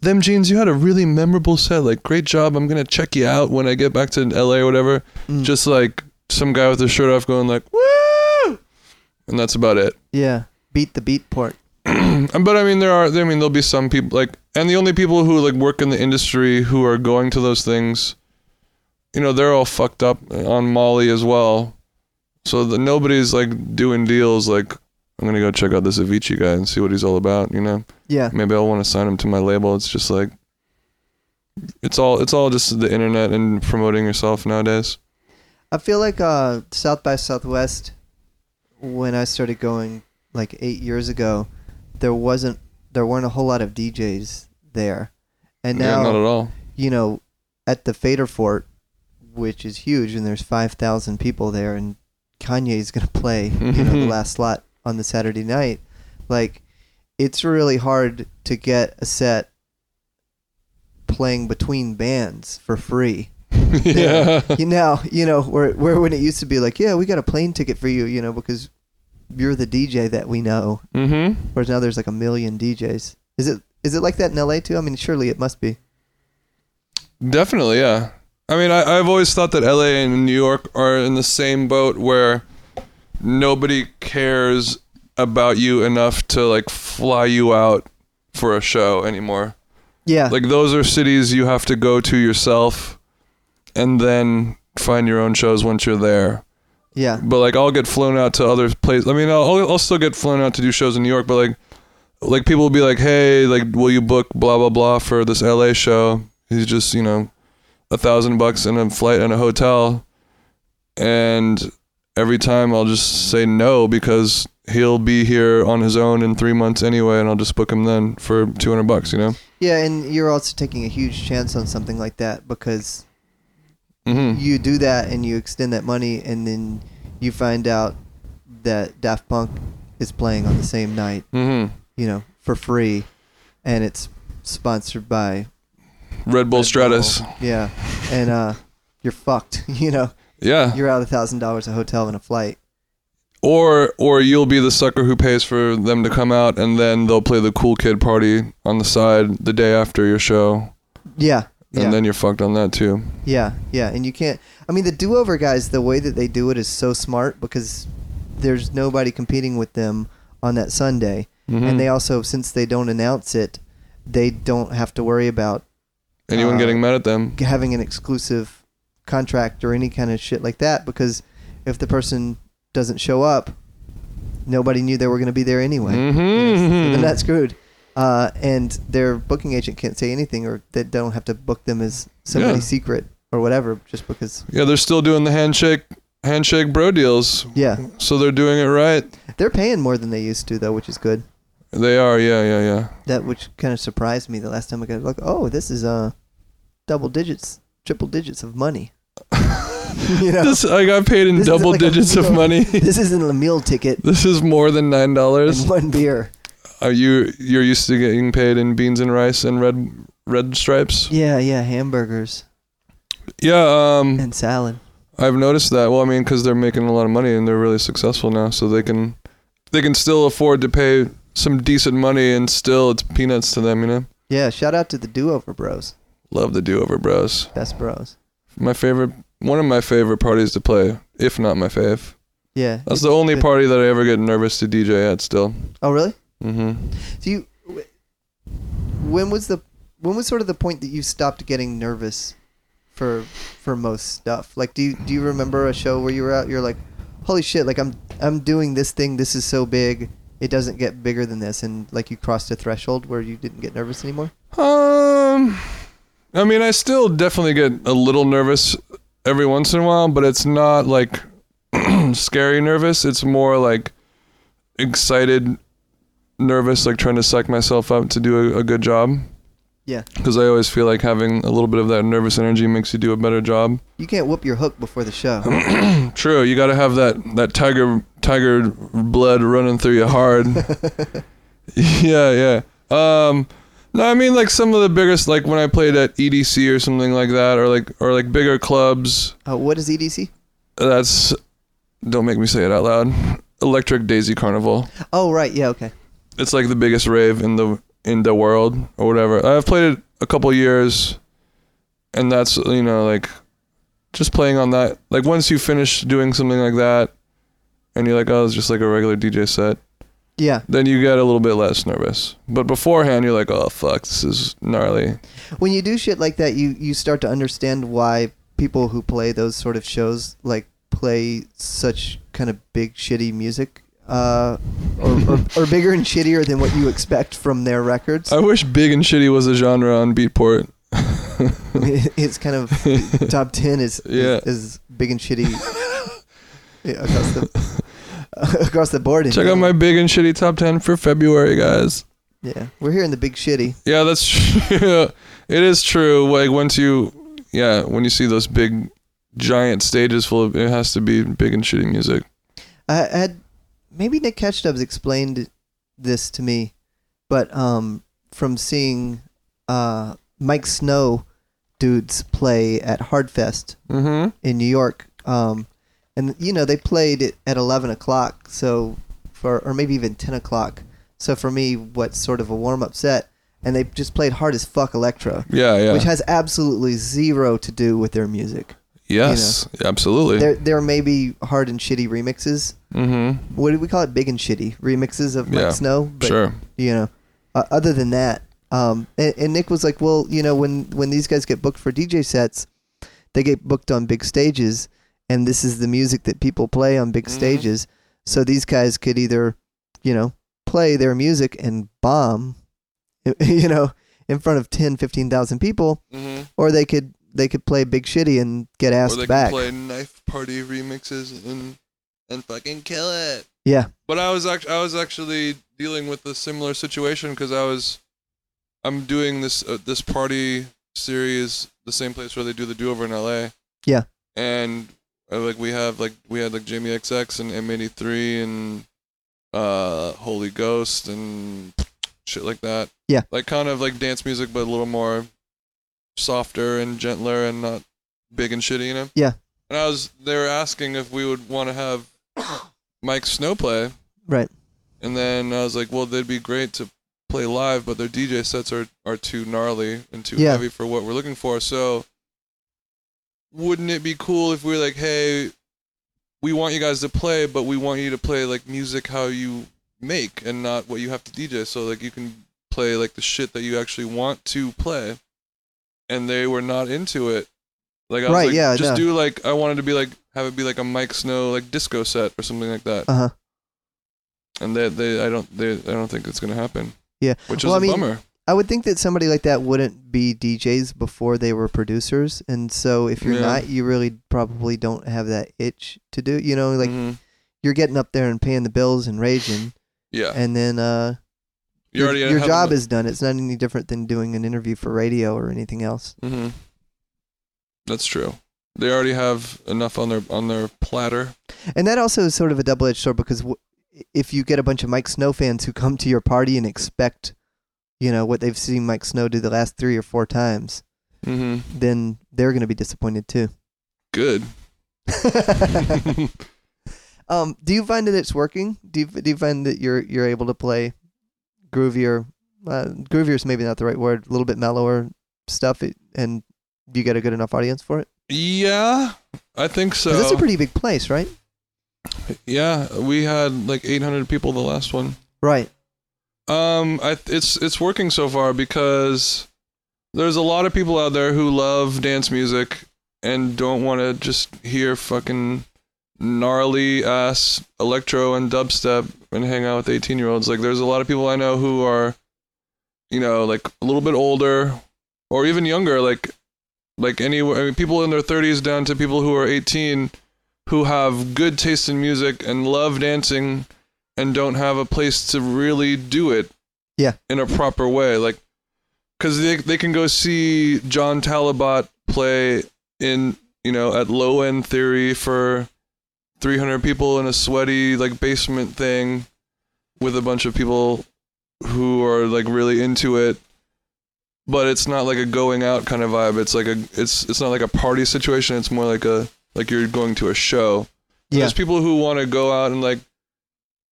[SPEAKER 3] "Them jeans, you had a really memorable set. Like, great job. I'm gonna check you out when I get back to L.A. or whatever."
[SPEAKER 4] Mm.
[SPEAKER 3] Just like some guy with his shirt off, going like, "Woo!" and that's about it.
[SPEAKER 4] yeah. Beat the beat port.
[SPEAKER 3] Um, But I mean, there are. I mean, there'll be some people like, and the only people who like work in the industry who are going to those things, you know, they're all fucked up on Molly as well. So the, nobody's like doing deals like, I'm gonna go check out this Avicii guy and see what he's all about. You know,
[SPEAKER 4] Yeah,
[SPEAKER 3] maybe I'll want to sign him to my label. It's just like, it's all it's all just the internet and promoting yourself nowadays.
[SPEAKER 4] I feel like uh, South by Southwest, when I started going like eight years ago, there wasn't there weren't a whole lot of DJs there, and
[SPEAKER 3] Yeah,
[SPEAKER 4] now
[SPEAKER 3] not at all.
[SPEAKER 4] you know, at the Fader Fort, which is huge, and there's 5,000 people there, and Kanye's going to play, you know, the last slot on the Saturday night. Like, it's really hard to get a set playing between bands for free.
[SPEAKER 3] yeah,
[SPEAKER 4] You know, you know, where, where when it used to be like, yeah, we got a plane ticket for you, you know, because you're the DJ that we know.
[SPEAKER 3] mm-hmm.
[SPEAKER 4] Whereas now there's like a million DJs. Is it is it like that in LA too? I mean, surely it must be.
[SPEAKER 3] Definitely, yeah. I mean, I, I've always thought that LA and New York are in the same boat where nobody cares about you enough to like fly you out for a show anymore.
[SPEAKER 4] Yeah.
[SPEAKER 3] Like, those are cities you have to go to yourself and then find your own shows once you're there.
[SPEAKER 4] yeah.
[SPEAKER 3] But like, I'll get flown out to other places. I mean, I'll, I'll still get flown out to do shows in New York, but like, like people will be like, "Hey, like, will you book blah blah blah for this LA show?" He's just you know, a thousand bucks and a flight and a hotel, and every time I'll just say no because he'll be here on his own in three months anyway, and I'll just book him then for two hundred bucks. You know?
[SPEAKER 4] Yeah, and you're also taking a huge chance on something like that because
[SPEAKER 3] Mm-hmm.
[SPEAKER 4] you do that and you extend that money and then you find out that Daft Punk is playing on the same night,
[SPEAKER 3] Mm-hmm.
[SPEAKER 4] you know, for free and it's sponsored by
[SPEAKER 3] Red Bull
[SPEAKER 4] Red
[SPEAKER 3] Stratus.
[SPEAKER 4] Bull. Yeah. And uh you're fucked, you know.
[SPEAKER 3] Yeah.
[SPEAKER 4] You're out a thousand dollars a hotel and a flight.
[SPEAKER 3] Or or you'll be the sucker who pays for them to come out and then they'll play the cool kid party on the side the day after your show.
[SPEAKER 4] Yeah.
[SPEAKER 3] And
[SPEAKER 4] Yeah.
[SPEAKER 3] then you're fucked on that too.
[SPEAKER 4] yeah. Yeah. And you can't I mean the do over guys, the way that they do it is so smart because there's nobody competing with them on that Sunday.
[SPEAKER 3] Mhm.
[SPEAKER 4] And they also since they don't announce it, they don't have to worry about
[SPEAKER 3] Anyone
[SPEAKER 4] uh,
[SPEAKER 3] getting mad at them.
[SPEAKER 4] having an exclusive contract or any kind of shit like that because if the person doesn't show up, nobody knew they were going to be there anyway.
[SPEAKER 3] Mhm.
[SPEAKER 4] They're not screwed. Uh, and their booking agent can't say anything or they don't have to book them as somebody
[SPEAKER 3] Yeah.
[SPEAKER 4] secret or whatever just because,
[SPEAKER 3] Yeah, they're still doing the handshake handshake bro deals.
[SPEAKER 4] yeah.
[SPEAKER 3] So they're doing it right.
[SPEAKER 4] They're paying more than they used to, though, which is good.
[SPEAKER 3] They are, yeah, yeah, yeah.
[SPEAKER 4] That which kind of surprised me the last time I got like, oh, this is uh, double digits, triple digits of money. you know,
[SPEAKER 3] This I got paid in
[SPEAKER 4] This is
[SPEAKER 3] double
[SPEAKER 4] like a
[SPEAKER 3] digits of
[SPEAKER 4] meal.
[SPEAKER 3] money.
[SPEAKER 4] this isn't a meal ticket
[SPEAKER 3] this is more than nine dollars.
[SPEAKER 4] and one beer.
[SPEAKER 3] Are you you're used to getting paid in beans and rice and red red stripes?
[SPEAKER 4] Yeah, yeah, Mm. hamburgers
[SPEAKER 3] Yeah, um
[SPEAKER 4] and salad.
[SPEAKER 3] I've noticed that. Well, I mean cuz they're making a lot of money and they're really successful now, so they can they can still afford to pay some decent money and still it's peanuts to them, you know.
[SPEAKER 4] Yeah, shout out to the Do Over Bros,
[SPEAKER 3] Love the do-over bros.
[SPEAKER 4] Best Bros.
[SPEAKER 3] My favorite one of my favorite parties to play, if not my fave.
[SPEAKER 4] Yeah.
[SPEAKER 3] That's the only party that I ever get nervous to DJ at still.
[SPEAKER 4] Oh, really?
[SPEAKER 3] Mhm.
[SPEAKER 4] Do you? wh- When was the when was sort of the point that you stopped getting nervous for for most stuff? Like, do you do you remember a show where you were out? You're like, holy shit! Like, I'm I'm doing this thing. This is so big. It doesn't get bigger than this, and like you crossed a threshold where you didn't get nervous anymore.
[SPEAKER 3] Um, I mean, I still definitely get a little nervous every once in a while, but it's not like scary nervous. It's more like excited, nervous, like trying to psych myself up to do a, a good job.
[SPEAKER 4] Yeah.
[SPEAKER 3] Because I always feel like having a little bit of that nervous energy makes you do a better job.
[SPEAKER 4] You can't whoop your hook before the show.
[SPEAKER 3] True, you got to have that that tiger tiger blood running through you hard. yeah, yeah. Um, no, I mean like some of the biggest, like when I played at EDC or something like that, or like or like bigger clubs.
[SPEAKER 4] Uh, what is EDC?
[SPEAKER 3] That's don't make me say it out loud. Electric Daisy Carnival.
[SPEAKER 4] Oh, right. Yeah. Okay.
[SPEAKER 3] It's like the biggest rave in the in the world or whatever. I've played it a couple years, and that's you know like just playing on that. Like once you finish doing something like that, and you're like, oh, it's just like a regular DJ set.
[SPEAKER 4] Yeah.
[SPEAKER 3] Then you get a little bit less nervous. But beforehand, you're like, oh fuck, this is gnarly.
[SPEAKER 4] when you do shit like that you you start to understand why people who play those sort of shows like play such kind of big shitty music uh, or, or, or bigger and shittier than what you expect from their records
[SPEAKER 3] I wish big and shitty was a genre on Beatport.
[SPEAKER 4] it's kind of top 10 is,
[SPEAKER 3] Yeah.
[SPEAKER 4] is big and shitty yeah, across the across the board in
[SPEAKER 3] Check out my big and shitty top ten for February, guys.
[SPEAKER 4] yeah we're here in the big shitty
[SPEAKER 3] Yeah, that's true. it is true. Like once you, yeah, when you see those big, giant stages full of, it has to be big and shitty music.
[SPEAKER 4] I I had maybe Nick Ketchdubs explained this to me, but um, from seeing uh, Mike Snow dudes play at Hardfest
[SPEAKER 3] Mm-hmm.
[SPEAKER 4] in New York, um, and you know they played it at eleven o'clock, so for or maybe even ten o'clock. So for me, what's sort of a warm up set, and they just played hard as fuck electro,
[SPEAKER 3] Yeah, yeah.
[SPEAKER 4] which has absolutely zero to do with their music.
[SPEAKER 3] yes, absolutely.
[SPEAKER 4] There, there may be hard and shitty remixes,
[SPEAKER 3] Mm-hmm.
[SPEAKER 4] what did we call it? Big and shitty remixes of Mike
[SPEAKER 3] Yeah,
[SPEAKER 4] Snow. But,
[SPEAKER 3] sure.
[SPEAKER 4] You know, uh, other than that, um, and, and Nick was like, well, you know, when when these guys get booked for DJ sets, they get booked on big stages, and this is the music that people play on
[SPEAKER 3] Mm-hmm.
[SPEAKER 4] big stages. So these guys could either, you know, play their music and bomb, you know, in front of 10, 15,000 people,
[SPEAKER 3] Mm-hmm.
[SPEAKER 4] or they could they could play big shitty and get asked back.
[SPEAKER 3] knife party remixes and and fucking kill it.
[SPEAKER 4] Yeah.
[SPEAKER 3] But I was act- I was actually dealing with a similar situation because I was I'm doing this uh, this party series the same place where they do the do over in L.A.
[SPEAKER 4] Yeah.
[SPEAKER 3] And uh, like we have like we had like Jamie XX and M83 and uh Holy Ghost and shit like that.
[SPEAKER 4] Yeah.
[SPEAKER 3] Like kind of like dance music but a little more softer and gentler and not big and shitty, you know?
[SPEAKER 4] Yeah.
[SPEAKER 3] And I was they were asking if we would want to have Mike Snow play.
[SPEAKER 4] Right.
[SPEAKER 3] And then I was like, well, they'd be great to play live, but their DJ sets are, are too gnarly and too
[SPEAKER 4] Yeah.
[SPEAKER 3] heavy for what we're looking for. So, wouldn't it be cool if we were like, hey, we want you guys to play, but we want you to play like music how you make and not what you have to DJ? So, like, you can play like the shit that you actually want to play. And they were not into it. Like, I was
[SPEAKER 4] Right,
[SPEAKER 3] like,
[SPEAKER 4] yeah,
[SPEAKER 3] just
[SPEAKER 4] no.
[SPEAKER 3] do like, I wanted to be like, have it be like a Mike Snow like disco set or something like that
[SPEAKER 4] Uh huh.
[SPEAKER 3] and they, they I don't they I don't think it's gonna happen.
[SPEAKER 4] Yeah.
[SPEAKER 3] which is
[SPEAKER 4] Well, I
[SPEAKER 3] a
[SPEAKER 4] mean,
[SPEAKER 3] bummer.
[SPEAKER 4] I would think that somebody like that wouldn't be DJs before they were producers, and so if you're
[SPEAKER 3] Yeah.
[SPEAKER 4] not, you really probably don't have that itch to do. You know, like
[SPEAKER 3] Mhm.
[SPEAKER 4] you're getting up there and paying the bills and raging,
[SPEAKER 3] yeah,
[SPEAKER 4] and then uh,
[SPEAKER 3] you
[SPEAKER 4] your,
[SPEAKER 3] already
[SPEAKER 4] your job is done. It's not any different than doing an interview for radio or anything else.
[SPEAKER 3] hmm That's true. They already have enough on their on their platter.
[SPEAKER 4] And that also is sort of a double edged sword because w- if you get a bunch of Mike Snow fans who come to your party and expect, you know, what they've seen Mike Snow do the last three or four times,
[SPEAKER 3] hmm
[SPEAKER 4] then they're going to be disappointed too.
[SPEAKER 3] Good.
[SPEAKER 4] um, do you find that it's working? Do you, do you find that you're you're able to play groovier, uh, groovier is maybe not the right word, a little bit mellower stuff, it, and you get a good enough audience for it?
[SPEAKER 3] yeah, I think
[SPEAKER 4] 'Cause
[SPEAKER 3] so.
[SPEAKER 4] it's a pretty big place, right?
[SPEAKER 3] yeah, we had like 800 people the last one.
[SPEAKER 4] Right.
[SPEAKER 3] Um, I it's it's working so far because there's a lot of people out there who love dance music and don't want to just hear fucking gnarly ass electro and dubstep and hang out with 18 year olds. Like there's a lot of people I know who are, you know, like a little bit older or even younger. Like like anywhere, I mean, people in their 30s down to people who are 18 who have good taste in music and love dancing and don't have a place to really do it
[SPEAKER 4] Yeah.
[SPEAKER 3] in a proper way like because they, they can go see john talibot play in you know at low end theory for 300 people in a sweaty like basement thing with a bunch of people who are like really into it but it's not like a going out kind of vibe it's like a it's it's not like a party situation it's more like a like you're going to a show
[SPEAKER 4] Yeah.
[SPEAKER 3] there's people who want to go out and like,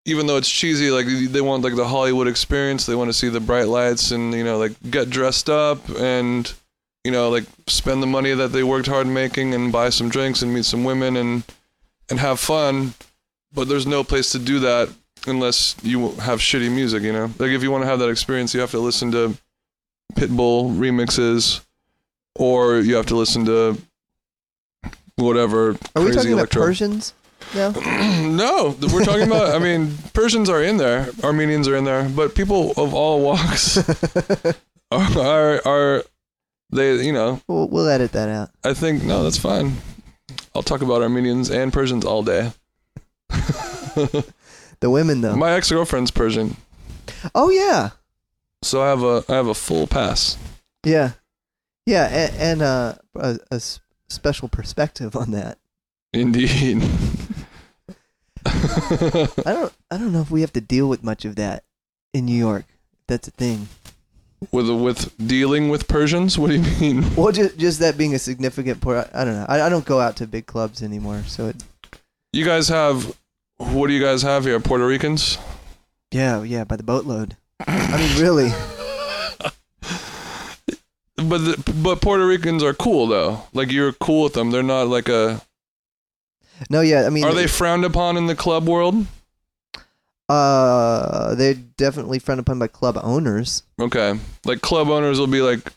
[SPEAKER 3] even though it's cheesy, like they want like the Hollywood experience. They want to see the bright lights and you know like get dressed up and you know like spend the money that they worked hard making and buy some drinks and meet some women and and have fun. But there's no place to do that unless you have shitty music. You know, like if you want to have that experience, you have to listen to Pitbull remixes, or you have to listen to whatever.
[SPEAKER 4] Are we
[SPEAKER 3] crazy
[SPEAKER 4] talking about
[SPEAKER 3] electro.
[SPEAKER 4] Persians? No.
[SPEAKER 3] no, th- we're talking about. I mean, Persians are in there, Armenians are in there, but people of all walks are are, are they? You know,
[SPEAKER 4] we'll, we'll edit that out.
[SPEAKER 3] I think no, that's fine. I'll talk about Armenians and Persians all day.
[SPEAKER 4] The women though.
[SPEAKER 3] My ex girlfriend's Persian,
[SPEAKER 4] oh yeah.
[SPEAKER 3] so I have a I have a full pass.
[SPEAKER 4] Yeah. Yeah, and, and uh, a, a s- special perspective on that.
[SPEAKER 3] Indeed.
[SPEAKER 4] I don't I don't know if we have to deal with much of that in New York. That's a thing.
[SPEAKER 3] with with dealing with Persians, what do you mean?
[SPEAKER 4] Well, just just that being a significant part. I don't know. I, I don't go out to big clubs anymore. So it,
[SPEAKER 3] You guys have what do you guys have here? Puerto Ricans.
[SPEAKER 4] yeah, yeah, by the boatload. I mean, really.
[SPEAKER 3] But the, but Puerto Ricans are cool though. Like you're cool with them. They're not like a.
[SPEAKER 4] No, yeah. I mean,
[SPEAKER 3] Are they frowned upon in the club world?
[SPEAKER 4] Uh, they're definitely frowned upon by club owners.
[SPEAKER 3] Okay, like club owners will be like,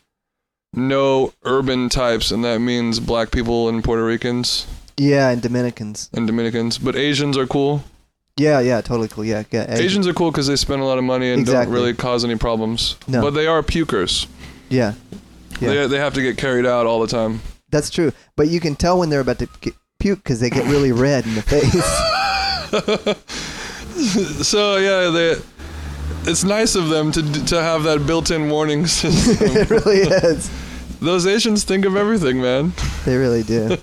[SPEAKER 3] no urban types, and that means black people and Puerto Ricans
[SPEAKER 4] Yeah, and Dominicans.
[SPEAKER 3] and Dominicans. But Asians are cool.
[SPEAKER 4] Yeah, yeah, totally cool. Yeah, yeah. Asian-
[SPEAKER 3] Asians are cool because they spend a lot of money and
[SPEAKER 4] Exactly.
[SPEAKER 3] don't really cause any problems.
[SPEAKER 4] No.
[SPEAKER 3] But they are pukers.
[SPEAKER 4] Yeah, Yeah.
[SPEAKER 3] They they have to get carried out all the time.
[SPEAKER 4] that's true. But you can tell when they're about to pu- puke because they get really red in the face.
[SPEAKER 3] So yeah, they. It's nice of them to to have that built-in warning system.
[SPEAKER 4] it really is.
[SPEAKER 3] Those Asians think of everything, man.
[SPEAKER 4] They really do.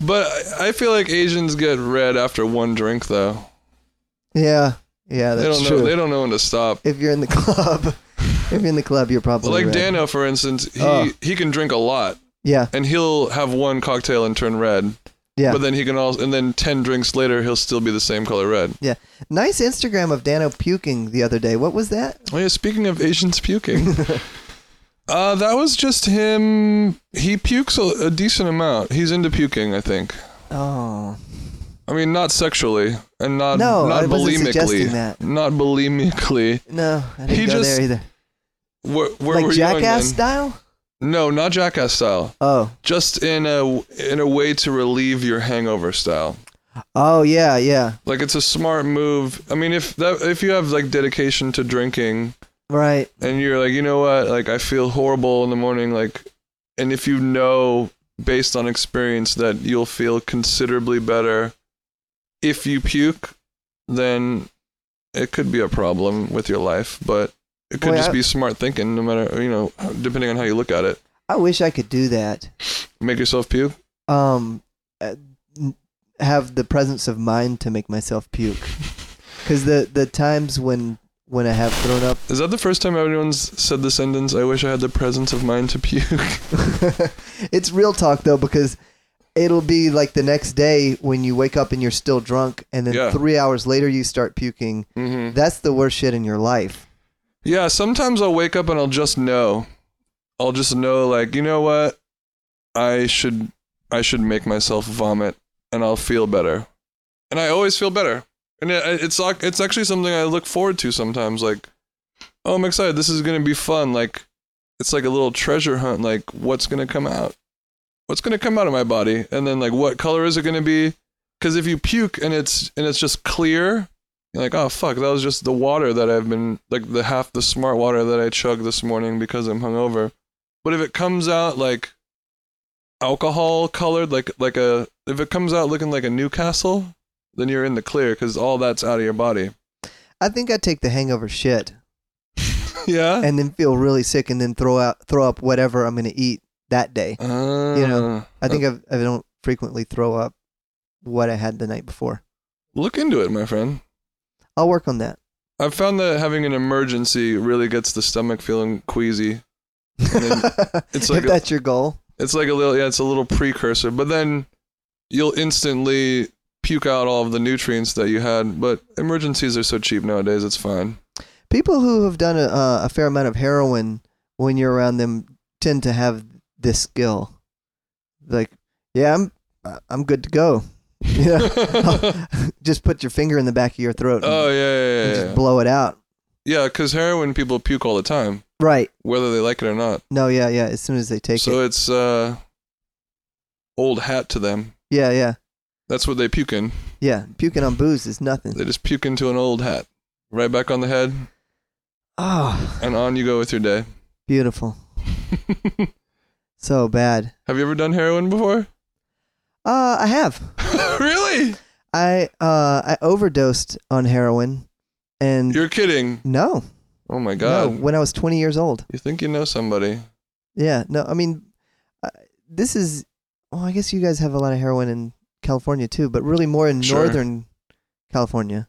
[SPEAKER 3] But I I feel like Asians get red after one drink, though.
[SPEAKER 4] Yeah, yeah,
[SPEAKER 3] They
[SPEAKER 4] that's
[SPEAKER 3] don't know.
[SPEAKER 4] true.
[SPEAKER 3] They don't know when to stop.
[SPEAKER 4] if you're in the club, if you're in the club, you're probably
[SPEAKER 3] Like
[SPEAKER 4] red.
[SPEAKER 3] Dano, for instance, he
[SPEAKER 4] Oh.
[SPEAKER 3] he can drink a lot,
[SPEAKER 4] Yeah,
[SPEAKER 3] and he'll have one cocktail and turn red.
[SPEAKER 4] yeah,
[SPEAKER 3] But then he can also, and then ten drinks later, he'll still be the same color red.
[SPEAKER 4] yeah. Nice Instagram of Dano puking the other day. What was that?
[SPEAKER 3] Oh yeah, speaking of Asians puking, uh, that was just him. He pukes a, a decent amount. He's into puking, I think.
[SPEAKER 4] Oh,
[SPEAKER 3] I mean, not sexually, and not
[SPEAKER 4] No,
[SPEAKER 3] not
[SPEAKER 4] I wasn't
[SPEAKER 3] bulimically,
[SPEAKER 4] suggesting that.
[SPEAKER 3] not bulimically.
[SPEAKER 4] no, I didn't
[SPEAKER 3] He
[SPEAKER 4] go
[SPEAKER 3] just-
[SPEAKER 4] there either.
[SPEAKER 3] Where, where
[SPEAKER 4] like
[SPEAKER 3] were you going,
[SPEAKER 4] jackass
[SPEAKER 3] then?
[SPEAKER 4] style.
[SPEAKER 3] No, not jackass style.
[SPEAKER 4] Oh,
[SPEAKER 3] Just in a in a way to relieve your hangover style.
[SPEAKER 4] oh yeah, yeah.
[SPEAKER 3] Like it's a smart move. I mean, if that if you have like dedication to drinking
[SPEAKER 4] Right.
[SPEAKER 3] and you're like, you know what, like I feel horrible in the morning, like, and if you know based on experience that you'll feel considerably better if you puke, then it could be a problem with your life, but it could
[SPEAKER 4] Boy,
[SPEAKER 3] just
[SPEAKER 4] I-
[SPEAKER 3] be smart thinking, no matter you know, depending on how you look at it.
[SPEAKER 4] I wish I could do that.
[SPEAKER 3] Make yourself puke.
[SPEAKER 4] Um, uh, n- have the presence of mind to make myself puke. Because the the times when when I have thrown up,
[SPEAKER 3] Is that the first time anyone's said the sentence, I wish I had the presence of mind to puke?
[SPEAKER 4] it's real talk though because it'll be like the next day when you wake up and you're still drunk, and then
[SPEAKER 3] Yeah.
[SPEAKER 4] three hours later you start puking.
[SPEAKER 3] mm-hmm.
[SPEAKER 4] That's the worst shit in your life.
[SPEAKER 3] Yeah, sometimes I'll wake up and I'll just know. I'll just know like, you know what? I should I should make myself vomit and I'll feel better. And I always feel better. And it, it's like it's actually something I look forward to sometimes like oh, I'm excited. This is going to be fun. Like it's like a little treasure hunt like what's going to come out? What's going to come out of my body? And then like what color is it going to be? Cuz if you puke and it's and it's just clear, you're like, oh fuck, that was just the water that I've been like the half the smart water that I chugged this morning because I'm hungover. But if it comes out like alcohol colored, like like a if it comes out looking like a Newcastle, then you're in the clear because all that's out of your body.
[SPEAKER 4] I think I take the hangover shit
[SPEAKER 3] yeah.
[SPEAKER 4] and then feel really sick and then throw out throw up whatever I'm gonna eat that day.
[SPEAKER 3] Uh,
[SPEAKER 4] know, I think I've, I don't frequently throw up what I had the night before.
[SPEAKER 3] look into it, my friend.
[SPEAKER 4] I'll work on that.
[SPEAKER 3] I've found that having an emergency really gets the stomach feeling queasy. then it's like
[SPEAKER 4] if
[SPEAKER 3] a-
[SPEAKER 4] that's your goal.
[SPEAKER 3] It's like a little, yeah, it's a little precursor, but then you'll instantly puke out all of the nutrients that you had. But emergencies are so cheap nowadays, it's fine.
[SPEAKER 4] People who have done a, uh, a fair amount of heroin when you're around them tend to have this skill. Like, yeah, I'm uh, I'm good to go. Yeah.
[SPEAKER 3] oh,
[SPEAKER 4] just put your finger in the back of your throat and,
[SPEAKER 3] yeah,
[SPEAKER 4] and
[SPEAKER 3] Oh, yeah, yeah.
[SPEAKER 4] just blow it out.
[SPEAKER 3] Yeah, because heroin people puke all the time,
[SPEAKER 4] Right.
[SPEAKER 3] whether they like it or not.
[SPEAKER 4] No, yeah, yeah, as soon as they take
[SPEAKER 3] so
[SPEAKER 4] it.
[SPEAKER 3] it's uh, old hat to them.
[SPEAKER 4] Yeah, yeah.
[SPEAKER 3] That's what they puke in.
[SPEAKER 4] Yeah, puking on booze is nothing.
[SPEAKER 3] They just puke into an old hat. Right back on the head,
[SPEAKER 4] Oh,
[SPEAKER 3] and on you go with your day.
[SPEAKER 4] beautiful. So bad.
[SPEAKER 3] Have you ever done heroin before?
[SPEAKER 4] Uh, I have.
[SPEAKER 3] really?
[SPEAKER 4] I uh I overdosed on heroin, and
[SPEAKER 3] You're kidding.
[SPEAKER 4] no,
[SPEAKER 3] Oh my god.
[SPEAKER 4] Mm. no, when I was 20 years old.
[SPEAKER 3] You think you know somebody?
[SPEAKER 4] Yeah, no, I mean, uh, this is. Well, I guess you guys have a lot of heroin in California too, but really more in
[SPEAKER 3] Sure.
[SPEAKER 4] northern California.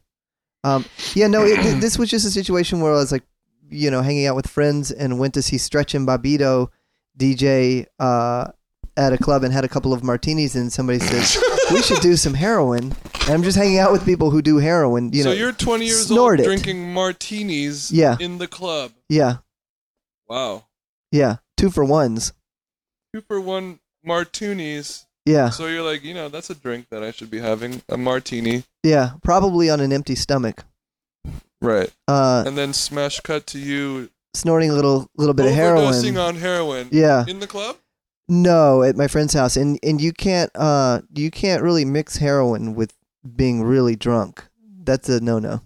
[SPEAKER 4] Um, yeah, no, it, th- this was just a situation where I was like, you know, hanging out with friends and went to see Stretch and Bobbito DJ uh, at a club and had a couple of martinis, and somebody says we should do some heroin. And I'm just hanging out with people who do heroin. You
[SPEAKER 3] so
[SPEAKER 4] know,
[SPEAKER 3] you're 20 years
[SPEAKER 4] snort it.
[SPEAKER 3] old drinking martinis
[SPEAKER 4] Yeah.
[SPEAKER 3] in the club.
[SPEAKER 4] yeah,
[SPEAKER 3] Wow.
[SPEAKER 4] yeah, two for ones.
[SPEAKER 3] Two for one martinis.
[SPEAKER 4] Yeah,
[SPEAKER 3] So you're like, you know, that's a drink that I should be having, a martini.
[SPEAKER 4] yeah, probably on an empty stomach.
[SPEAKER 3] Right.
[SPEAKER 4] Uh,
[SPEAKER 3] And then smash cut to you
[SPEAKER 4] snorting a little little bit of
[SPEAKER 3] overdosing
[SPEAKER 4] heroin.
[SPEAKER 3] on heroin
[SPEAKER 4] yeah.
[SPEAKER 3] in the club?
[SPEAKER 4] No, at my friend's house, and and you can't uh you can't really mix heroin with being really drunk. That's a no no.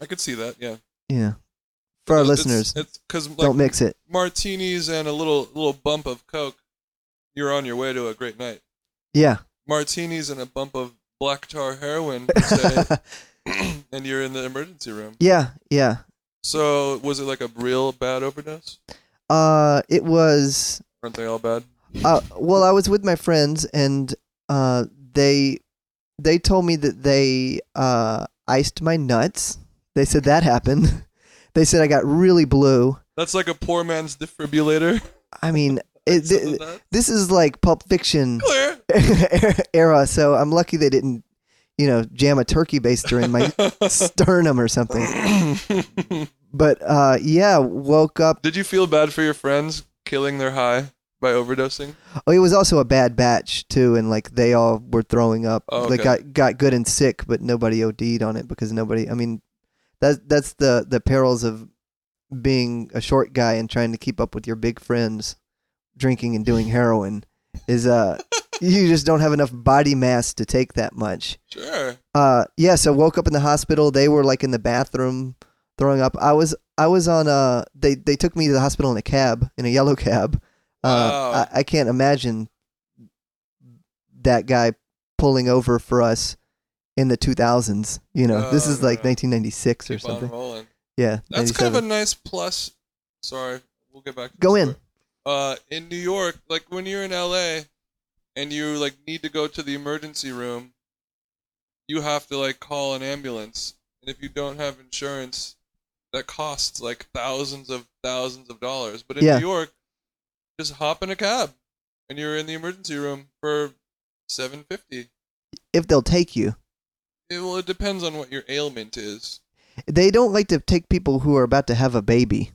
[SPEAKER 3] I could see that, yeah.
[SPEAKER 4] Yeah. For our listeners,
[SPEAKER 3] It's because like
[SPEAKER 4] don't mix it.
[SPEAKER 3] martinis and a little little bump of coke, you're on your way to a great night.
[SPEAKER 4] Yeah.
[SPEAKER 3] Martinis and a bump of black tar heroin, per se, and you're in the emergency room.
[SPEAKER 4] yeah. Yeah.
[SPEAKER 3] So was it like a real bad overdose?
[SPEAKER 4] Uh, it was
[SPEAKER 3] Aren't they all bad?
[SPEAKER 4] uh, well, I was with my friends, and uh, they they told me that they uh, iced my nuts. They said that happened. they said I got really blue.
[SPEAKER 3] That's like a poor man's defibrillator.
[SPEAKER 4] I mean, it,
[SPEAKER 3] Something
[SPEAKER 4] th-
[SPEAKER 3] like that.
[SPEAKER 4] this is like Pulp Fiction
[SPEAKER 3] Clear.
[SPEAKER 4] era, so I'm lucky they didn't, you know, jam a turkey baster in my sternum or something. But uh, yeah, woke up.
[SPEAKER 3] Did you feel bad for your friends killing their high by overdosing?
[SPEAKER 4] Oh, it was also a bad batch too, and like they all were throwing up.
[SPEAKER 3] Oh,
[SPEAKER 4] Like
[SPEAKER 3] okay.
[SPEAKER 4] got got good and sick, but nobody OD'd on it because nobody. I mean, that that's the the perils of being a short guy and trying to keep up with your big friends, drinking and doing heroin. Is uh, you just don't have enough body mass to take that much.
[SPEAKER 3] Sure.
[SPEAKER 4] Uh, yeah. So woke up in the hospital. They were like in the bathroom throwing up. I was I was on a. They they took me to the hospital in a cab in a yellow cab. Uh,
[SPEAKER 3] Wow.
[SPEAKER 4] I, I can't imagine that guy pulling over for us in the 2000s. You know, this
[SPEAKER 3] Oh,
[SPEAKER 4] is like
[SPEAKER 3] no.
[SPEAKER 4] 1996 or
[SPEAKER 3] Keep on
[SPEAKER 4] something.
[SPEAKER 3] rolling.
[SPEAKER 4] Yeah,
[SPEAKER 3] That's kind of
[SPEAKER 4] 97.
[SPEAKER 3] a nice plus. Sorry, we'll get back. To
[SPEAKER 4] Go
[SPEAKER 3] the
[SPEAKER 4] in.
[SPEAKER 3] story. Uh, in New York, like when you're in LA, and you like need to go to the emergency room, you have to like call an ambulance, and if you don't have insurance, that costs like thousands of thousands of dollars. But in
[SPEAKER 4] Yeah.
[SPEAKER 3] New York, just hop in a cab, and you're in the emergency room for seven fifty.
[SPEAKER 4] if they'll take you,
[SPEAKER 3] It, well, it depends on what your ailment is.
[SPEAKER 4] they don't like to take people who are about to have a baby.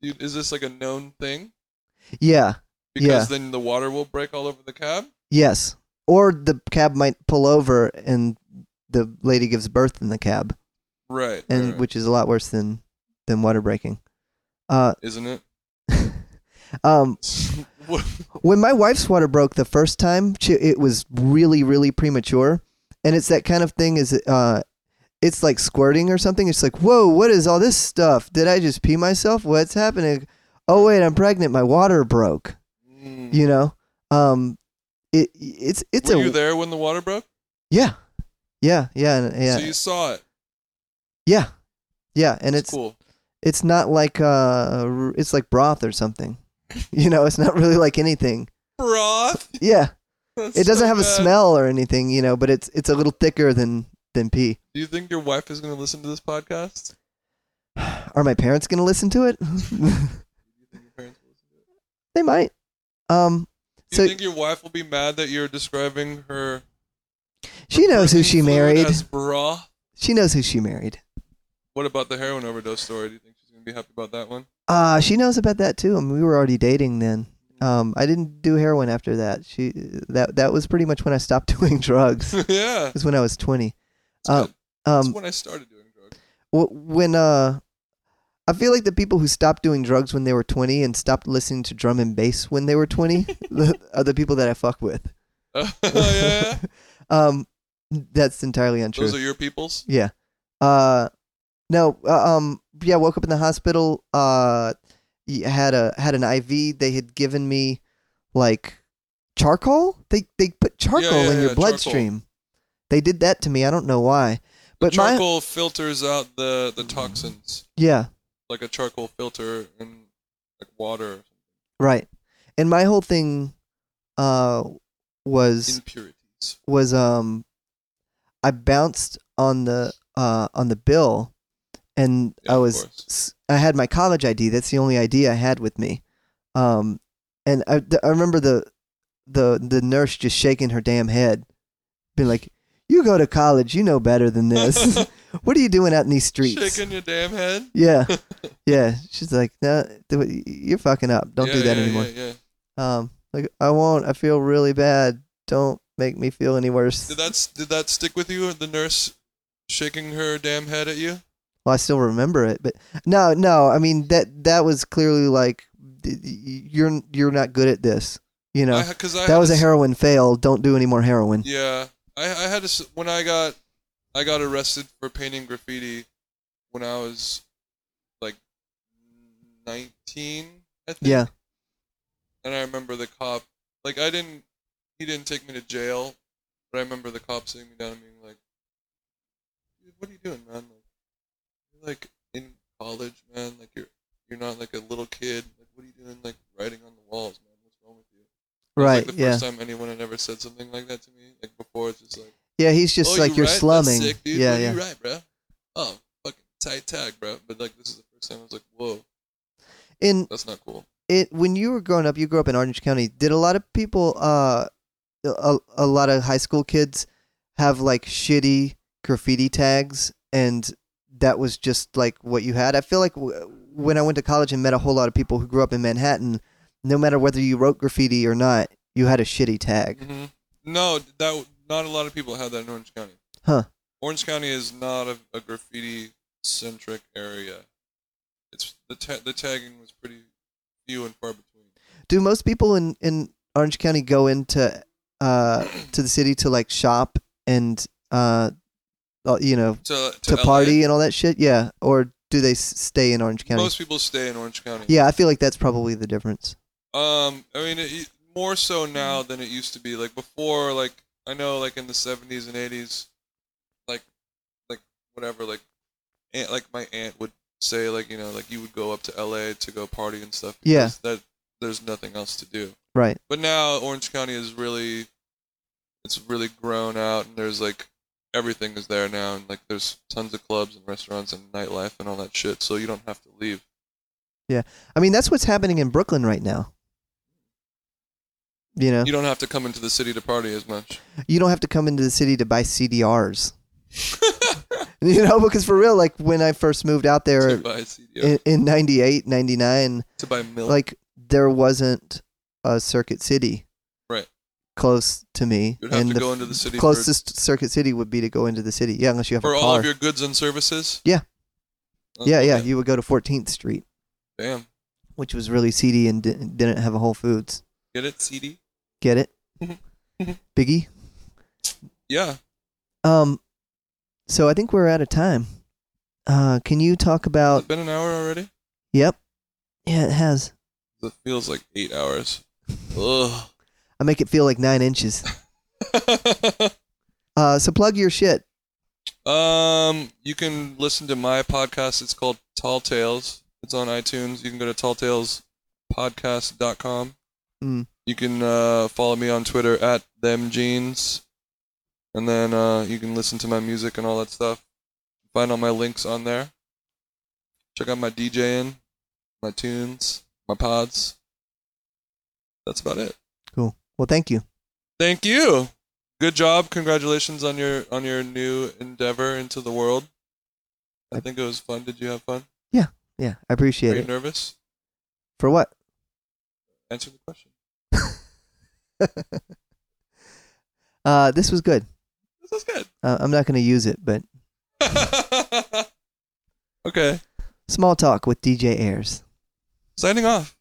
[SPEAKER 3] You- Is this like a known thing?
[SPEAKER 4] Yeah. Yeah.
[SPEAKER 3] Because then the water will break all over the cab.
[SPEAKER 4] Yes. Or the cab might pull over and the lady gives birth in the cab,
[SPEAKER 3] Right.
[SPEAKER 4] and
[SPEAKER 3] right.
[SPEAKER 4] which is a lot worse than than water breaking. Uh,
[SPEAKER 3] isn't it?
[SPEAKER 4] um,
[SPEAKER 3] What-
[SPEAKER 4] When my wife's water broke the first time, she, it was really, really premature, and it's that kind of thing. Is uh, it's like squirting or something. It's like, whoa, what is all this stuff? Did I just pee myself? What's happening? Oh wait, I'm pregnant. My water broke.
[SPEAKER 3] Mm.
[SPEAKER 4] You know, um, it it's it's
[SPEAKER 3] Were
[SPEAKER 4] a
[SPEAKER 3] you there when the water broke?
[SPEAKER 4] yeah, yeah, yeah, and- yeah,
[SPEAKER 3] So you saw it.
[SPEAKER 4] yeah, yeah, and
[SPEAKER 3] That's
[SPEAKER 4] it's
[SPEAKER 3] cool.
[SPEAKER 4] it's not like uh, it's like broth or something. You know, it's not really like anything.
[SPEAKER 3] Broth.
[SPEAKER 4] Yeah.
[SPEAKER 3] That's
[SPEAKER 4] it doesn't
[SPEAKER 3] so
[SPEAKER 4] have a
[SPEAKER 3] bad.
[SPEAKER 4] smell or anything, you know, but it's it's a little thicker than than pee.
[SPEAKER 3] Do you think your wife is going to listen to this podcast?
[SPEAKER 4] Are my parents gonna listen to it?
[SPEAKER 3] Do you think your parents will listen to it?
[SPEAKER 4] they might. Um,
[SPEAKER 3] Do
[SPEAKER 4] so
[SPEAKER 3] you think your wife will be mad that you're describing her?
[SPEAKER 4] she knows who
[SPEAKER 3] drinking
[SPEAKER 4] she
[SPEAKER 3] fluid
[SPEAKER 4] married.
[SPEAKER 3] As broth.
[SPEAKER 4] She knows who she married.
[SPEAKER 3] What about the heroin overdose story? Do you think she's going to be happy about that one?
[SPEAKER 4] Uh she knows about that too. I mean, we were already dating then. Um, I didn't do heroin after that. She that that was pretty much when I stopped doing drugs. It
[SPEAKER 3] yeah.
[SPEAKER 4] was when I was twenty.
[SPEAKER 3] It's
[SPEAKER 4] Um,
[SPEAKER 3] good. That's
[SPEAKER 4] um,
[SPEAKER 3] when I started doing drugs.
[SPEAKER 4] wh- when uh, I feel like the people who stopped doing drugs when they were twenty and stopped listening to drum and bass when they were twenty are the people that I fuck with.
[SPEAKER 3] Oh, yeah, yeah.
[SPEAKER 4] um, that's entirely untrue.
[SPEAKER 3] Those are your peoples.
[SPEAKER 4] yeah. Uh, no. Uh, um. Yeah. Woke up in the hospital. Uh, y- had a had an IV. They had given me like charcoal. They they put charcoal
[SPEAKER 3] yeah,
[SPEAKER 4] in
[SPEAKER 3] yeah,
[SPEAKER 4] your
[SPEAKER 3] charcoal.
[SPEAKER 4] bloodstream. They did that to me. I don't know why. But my
[SPEAKER 3] charcoal filters out the, the toxins.
[SPEAKER 4] yeah.
[SPEAKER 3] like a charcoal filter and like water
[SPEAKER 4] Right. And my whole thing, uh, was
[SPEAKER 3] impurities.
[SPEAKER 4] was um I bounced on the uh on the bill and
[SPEAKER 3] Yeah,
[SPEAKER 4] I
[SPEAKER 3] of
[SPEAKER 4] was
[SPEAKER 3] course.
[SPEAKER 4] s- I had my college ID that's the only ID I had with me um and I, th- I remember the the the nurse just shaking her damn head being like you go to college you know better than this what are you doing out in these streets
[SPEAKER 3] Shaking your damn head.
[SPEAKER 4] yeah yeah she's like no do it- you're fucking up don't
[SPEAKER 3] Yeah,
[SPEAKER 4] do that
[SPEAKER 3] yeah,
[SPEAKER 4] anymore
[SPEAKER 3] yeah, yeah.
[SPEAKER 4] um like I won't I feel really bad don't make me feel any worse
[SPEAKER 3] Did that s- did that stick with you? The nurse shaking her damn head at you.
[SPEAKER 4] Well, I still remember it, but no, no. I mean that that was clearly like y- y- you're you're not good at this. You know,
[SPEAKER 3] Because I,
[SPEAKER 4] that
[SPEAKER 3] had
[SPEAKER 4] was
[SPEAKER 3] a
[SPEAKER 4] a
[SPEAKER 3] s-
[SPEAKER 4] heroin fail. Don't do any more heroin.
[SPEAKER 3] Yeah, I I had a s when I got I got arrested for painting graffiti when I was like nineteen. I think.
[SPEAKER 4] Yeah.
[SPEAKER 3] And I remember the cop. Like I didn't. He didn't take me to jail, but I remember the cop sitting me down and being like, "Dude, what are you doing, man? Like, you're like in college, man. Like you're You're not like a little kid. Like, what are you doing? Like writing on the walls, man. What's wrong with you?
[SPEAKER 4] Right.
[SPEAKER 3] Like the
[SPEAKER 4] yeah.
[SPEAKER 3] first time anyone had ever said something like that to me, like before, it's just like,
[SPEAKER 4] Yeah. He's just
[SPEAKER 3] oh,
[SPEAKER 4] like
[SPEAKER 3] you
[SPEAKER 4] you're
[SPEAKER 3] right? That's
[SPEAKER 4] slumming.
[SPEAKER 3] sick, dude.
[SPEAKER 4] Yeah.
[SPEAKER 3] Well,
[SPEAKER 4] Yeah.
[SPEAKER 3] You right, bro. Oh, fucking tight tag, bro. But like, this is the first time I was like, whoa,
[SPEAKER 4] And
[SPEAKER 3] that's not cool.
[SPEAKER 4] it when you were growing up, you grew up in Orange County. Did a lot of people, uh, a, a lot of high school kids, have like shitty graffiti tags, and that was just like what you had. I feel like w- when I went to college and met a whole lot of people who grew up in Manhattan, no matter whether you wrote graffiti or not, you had a shitty tag.
[SPEAKER 3] hmm No, that not a lot of people have that in Orange County.
[SPEAKER 4] Huh.
[SPEAKER 3] Orange County is not a, a graffiti centric area. It's the ta- the tagging was pretty few and far between.
[SPEAKER 4] Do most people in in Orange County go into uh to the city to like shop and uh, uh, you know,
[SPEAKER 3] To to,
[SPEAKER 4] to
[SPEAKER 3] LA,
[SPEAKER 4] party and all that shit? Yeah. Or do they s- stay in Orange County?
[SPEAKER 3] most people stay in Orange County.
[SPEAKER 4] yeah, I feel like that's probably the difference.
[SPEAKER 3] Um, I mean, it, more so
[SPEAKER 4] Mm-hmm.
[SPEAKER 3] now than it used to be. Like before, like I know, like in the seventies and eighties, like, like whatever, like, aunt, like my aunt would say, like you know, like you would go up to L.A. to go party and stuff.
[SPEAKER 4] Yeah.
[SPEAKER 3] because That there's nothing else to do.
[SPEAKER 4] Right.
[SPEAKER 3] But now Orange County is really, it's really grown out, and there's like everything is there now, and like there's tons of clubs and restaurants and nightlife and all that shit. So you don't have to leave.
[SPEAKER 4] I mean, that's what's happening in Brooklyn right now. You know,
[SPEAKER 3] You don't have to come into the city to party as much.
[SPEAKER 4] you don't have to come into the city to buy CDRs. you know, because for real, like when I first moved out
[SPEAKER 3] to
[SPEAKER 4] there
[SPEAKER 3] buy a CD.
[SPEAKER 4] in, in 98, 99,
[SPEAKER 3] to buy milk.
[SPEAKER 4] like there wasn't a Circuit City.
[SPEAKER 3] Right.
[SPEAKER 4] Close to me.
[SPEAKER 3] You'd have
[SPEAKER 4] and
[SPEAKER 3] to
[SPEAKER 4] the
[SPEAKER 3] go into the city for-
[SPEAKER 4] closest Circuit City would be to go into the city. Yeah, unless you have
[SPEAKER 3] for
[SPEAKER 4] a
[SPEAKER 3] all
[SPEAKER 4] car.
[SPEAKER 3] of your goods and services.
[SPEAKER 4] Yeah.
[SPEAKER 3] Oh,
[SPEAKER 4] yeah, yeah.
[SPEAKER 3] okay.
[SPEAKER 4] You would go to 14th Street.
[SPEAKER 3] Damn.
[SPEAKER 4] which was really seedy and di- didn't have a Whole Foods.
[SPEAKER 3] Get it, CD?
[SPEAKER 4] Get it? Biggie.
[SPEAKER 3] Yeah.
[SPEAKER 4] Um, so I think we're out of time. Uh, can you talk
[SPEAKER 3] It's
[SPEAKER 4] about?
[SPEAKER 3] been an hour already.
[SPEAKER 4] Yep. Yeah, it has.
[SPEAKER 3] It feels like eight hours. Ugh.
[SPEAKER 4] I make it feel like nine inches. Uh, so plug your shit.
[SPEAKER 3] um, you can listen to my podcast. It's called Tall Tales. It's on iTunes. You can go to talltalespodcast.com.
[SPEAKER 4] Mm.
[SPEAKER 3] You can uh, follow me on Twitter at themjeans. And then uh, you can listen to my music and all that stuff. Find all my links on there. Check out my DJing, my tunes, my pods. That's about it.
[SPEAKER 4] Cool. Well, thank you.
[SPEAKER 3] Thank you. Good job. Congratulations on your on your new endeavor into the world. I think it was fun. Did you have fun?
[SPEAKER 4] Yeah, I
[SPEAKER 3] Are
[SPEAKER 4] appreciate
[SPEAKER 3] you
[SPEAKER 4] it.
[SPEAKER 3] nervous?
[SPEAKER 4] For what?
[SPEAKER 3] Answer the question.
[SPEAKER 4] Uh, this was good.
[SPEAKER 3] This is good.
[SPEAKER 4] Uh, I'm not going to use it, but
[SPEAKER 3] okay.
[SPEAKER 4] small talk with DJ Ayers.
[SPEAKER 3] Signing off.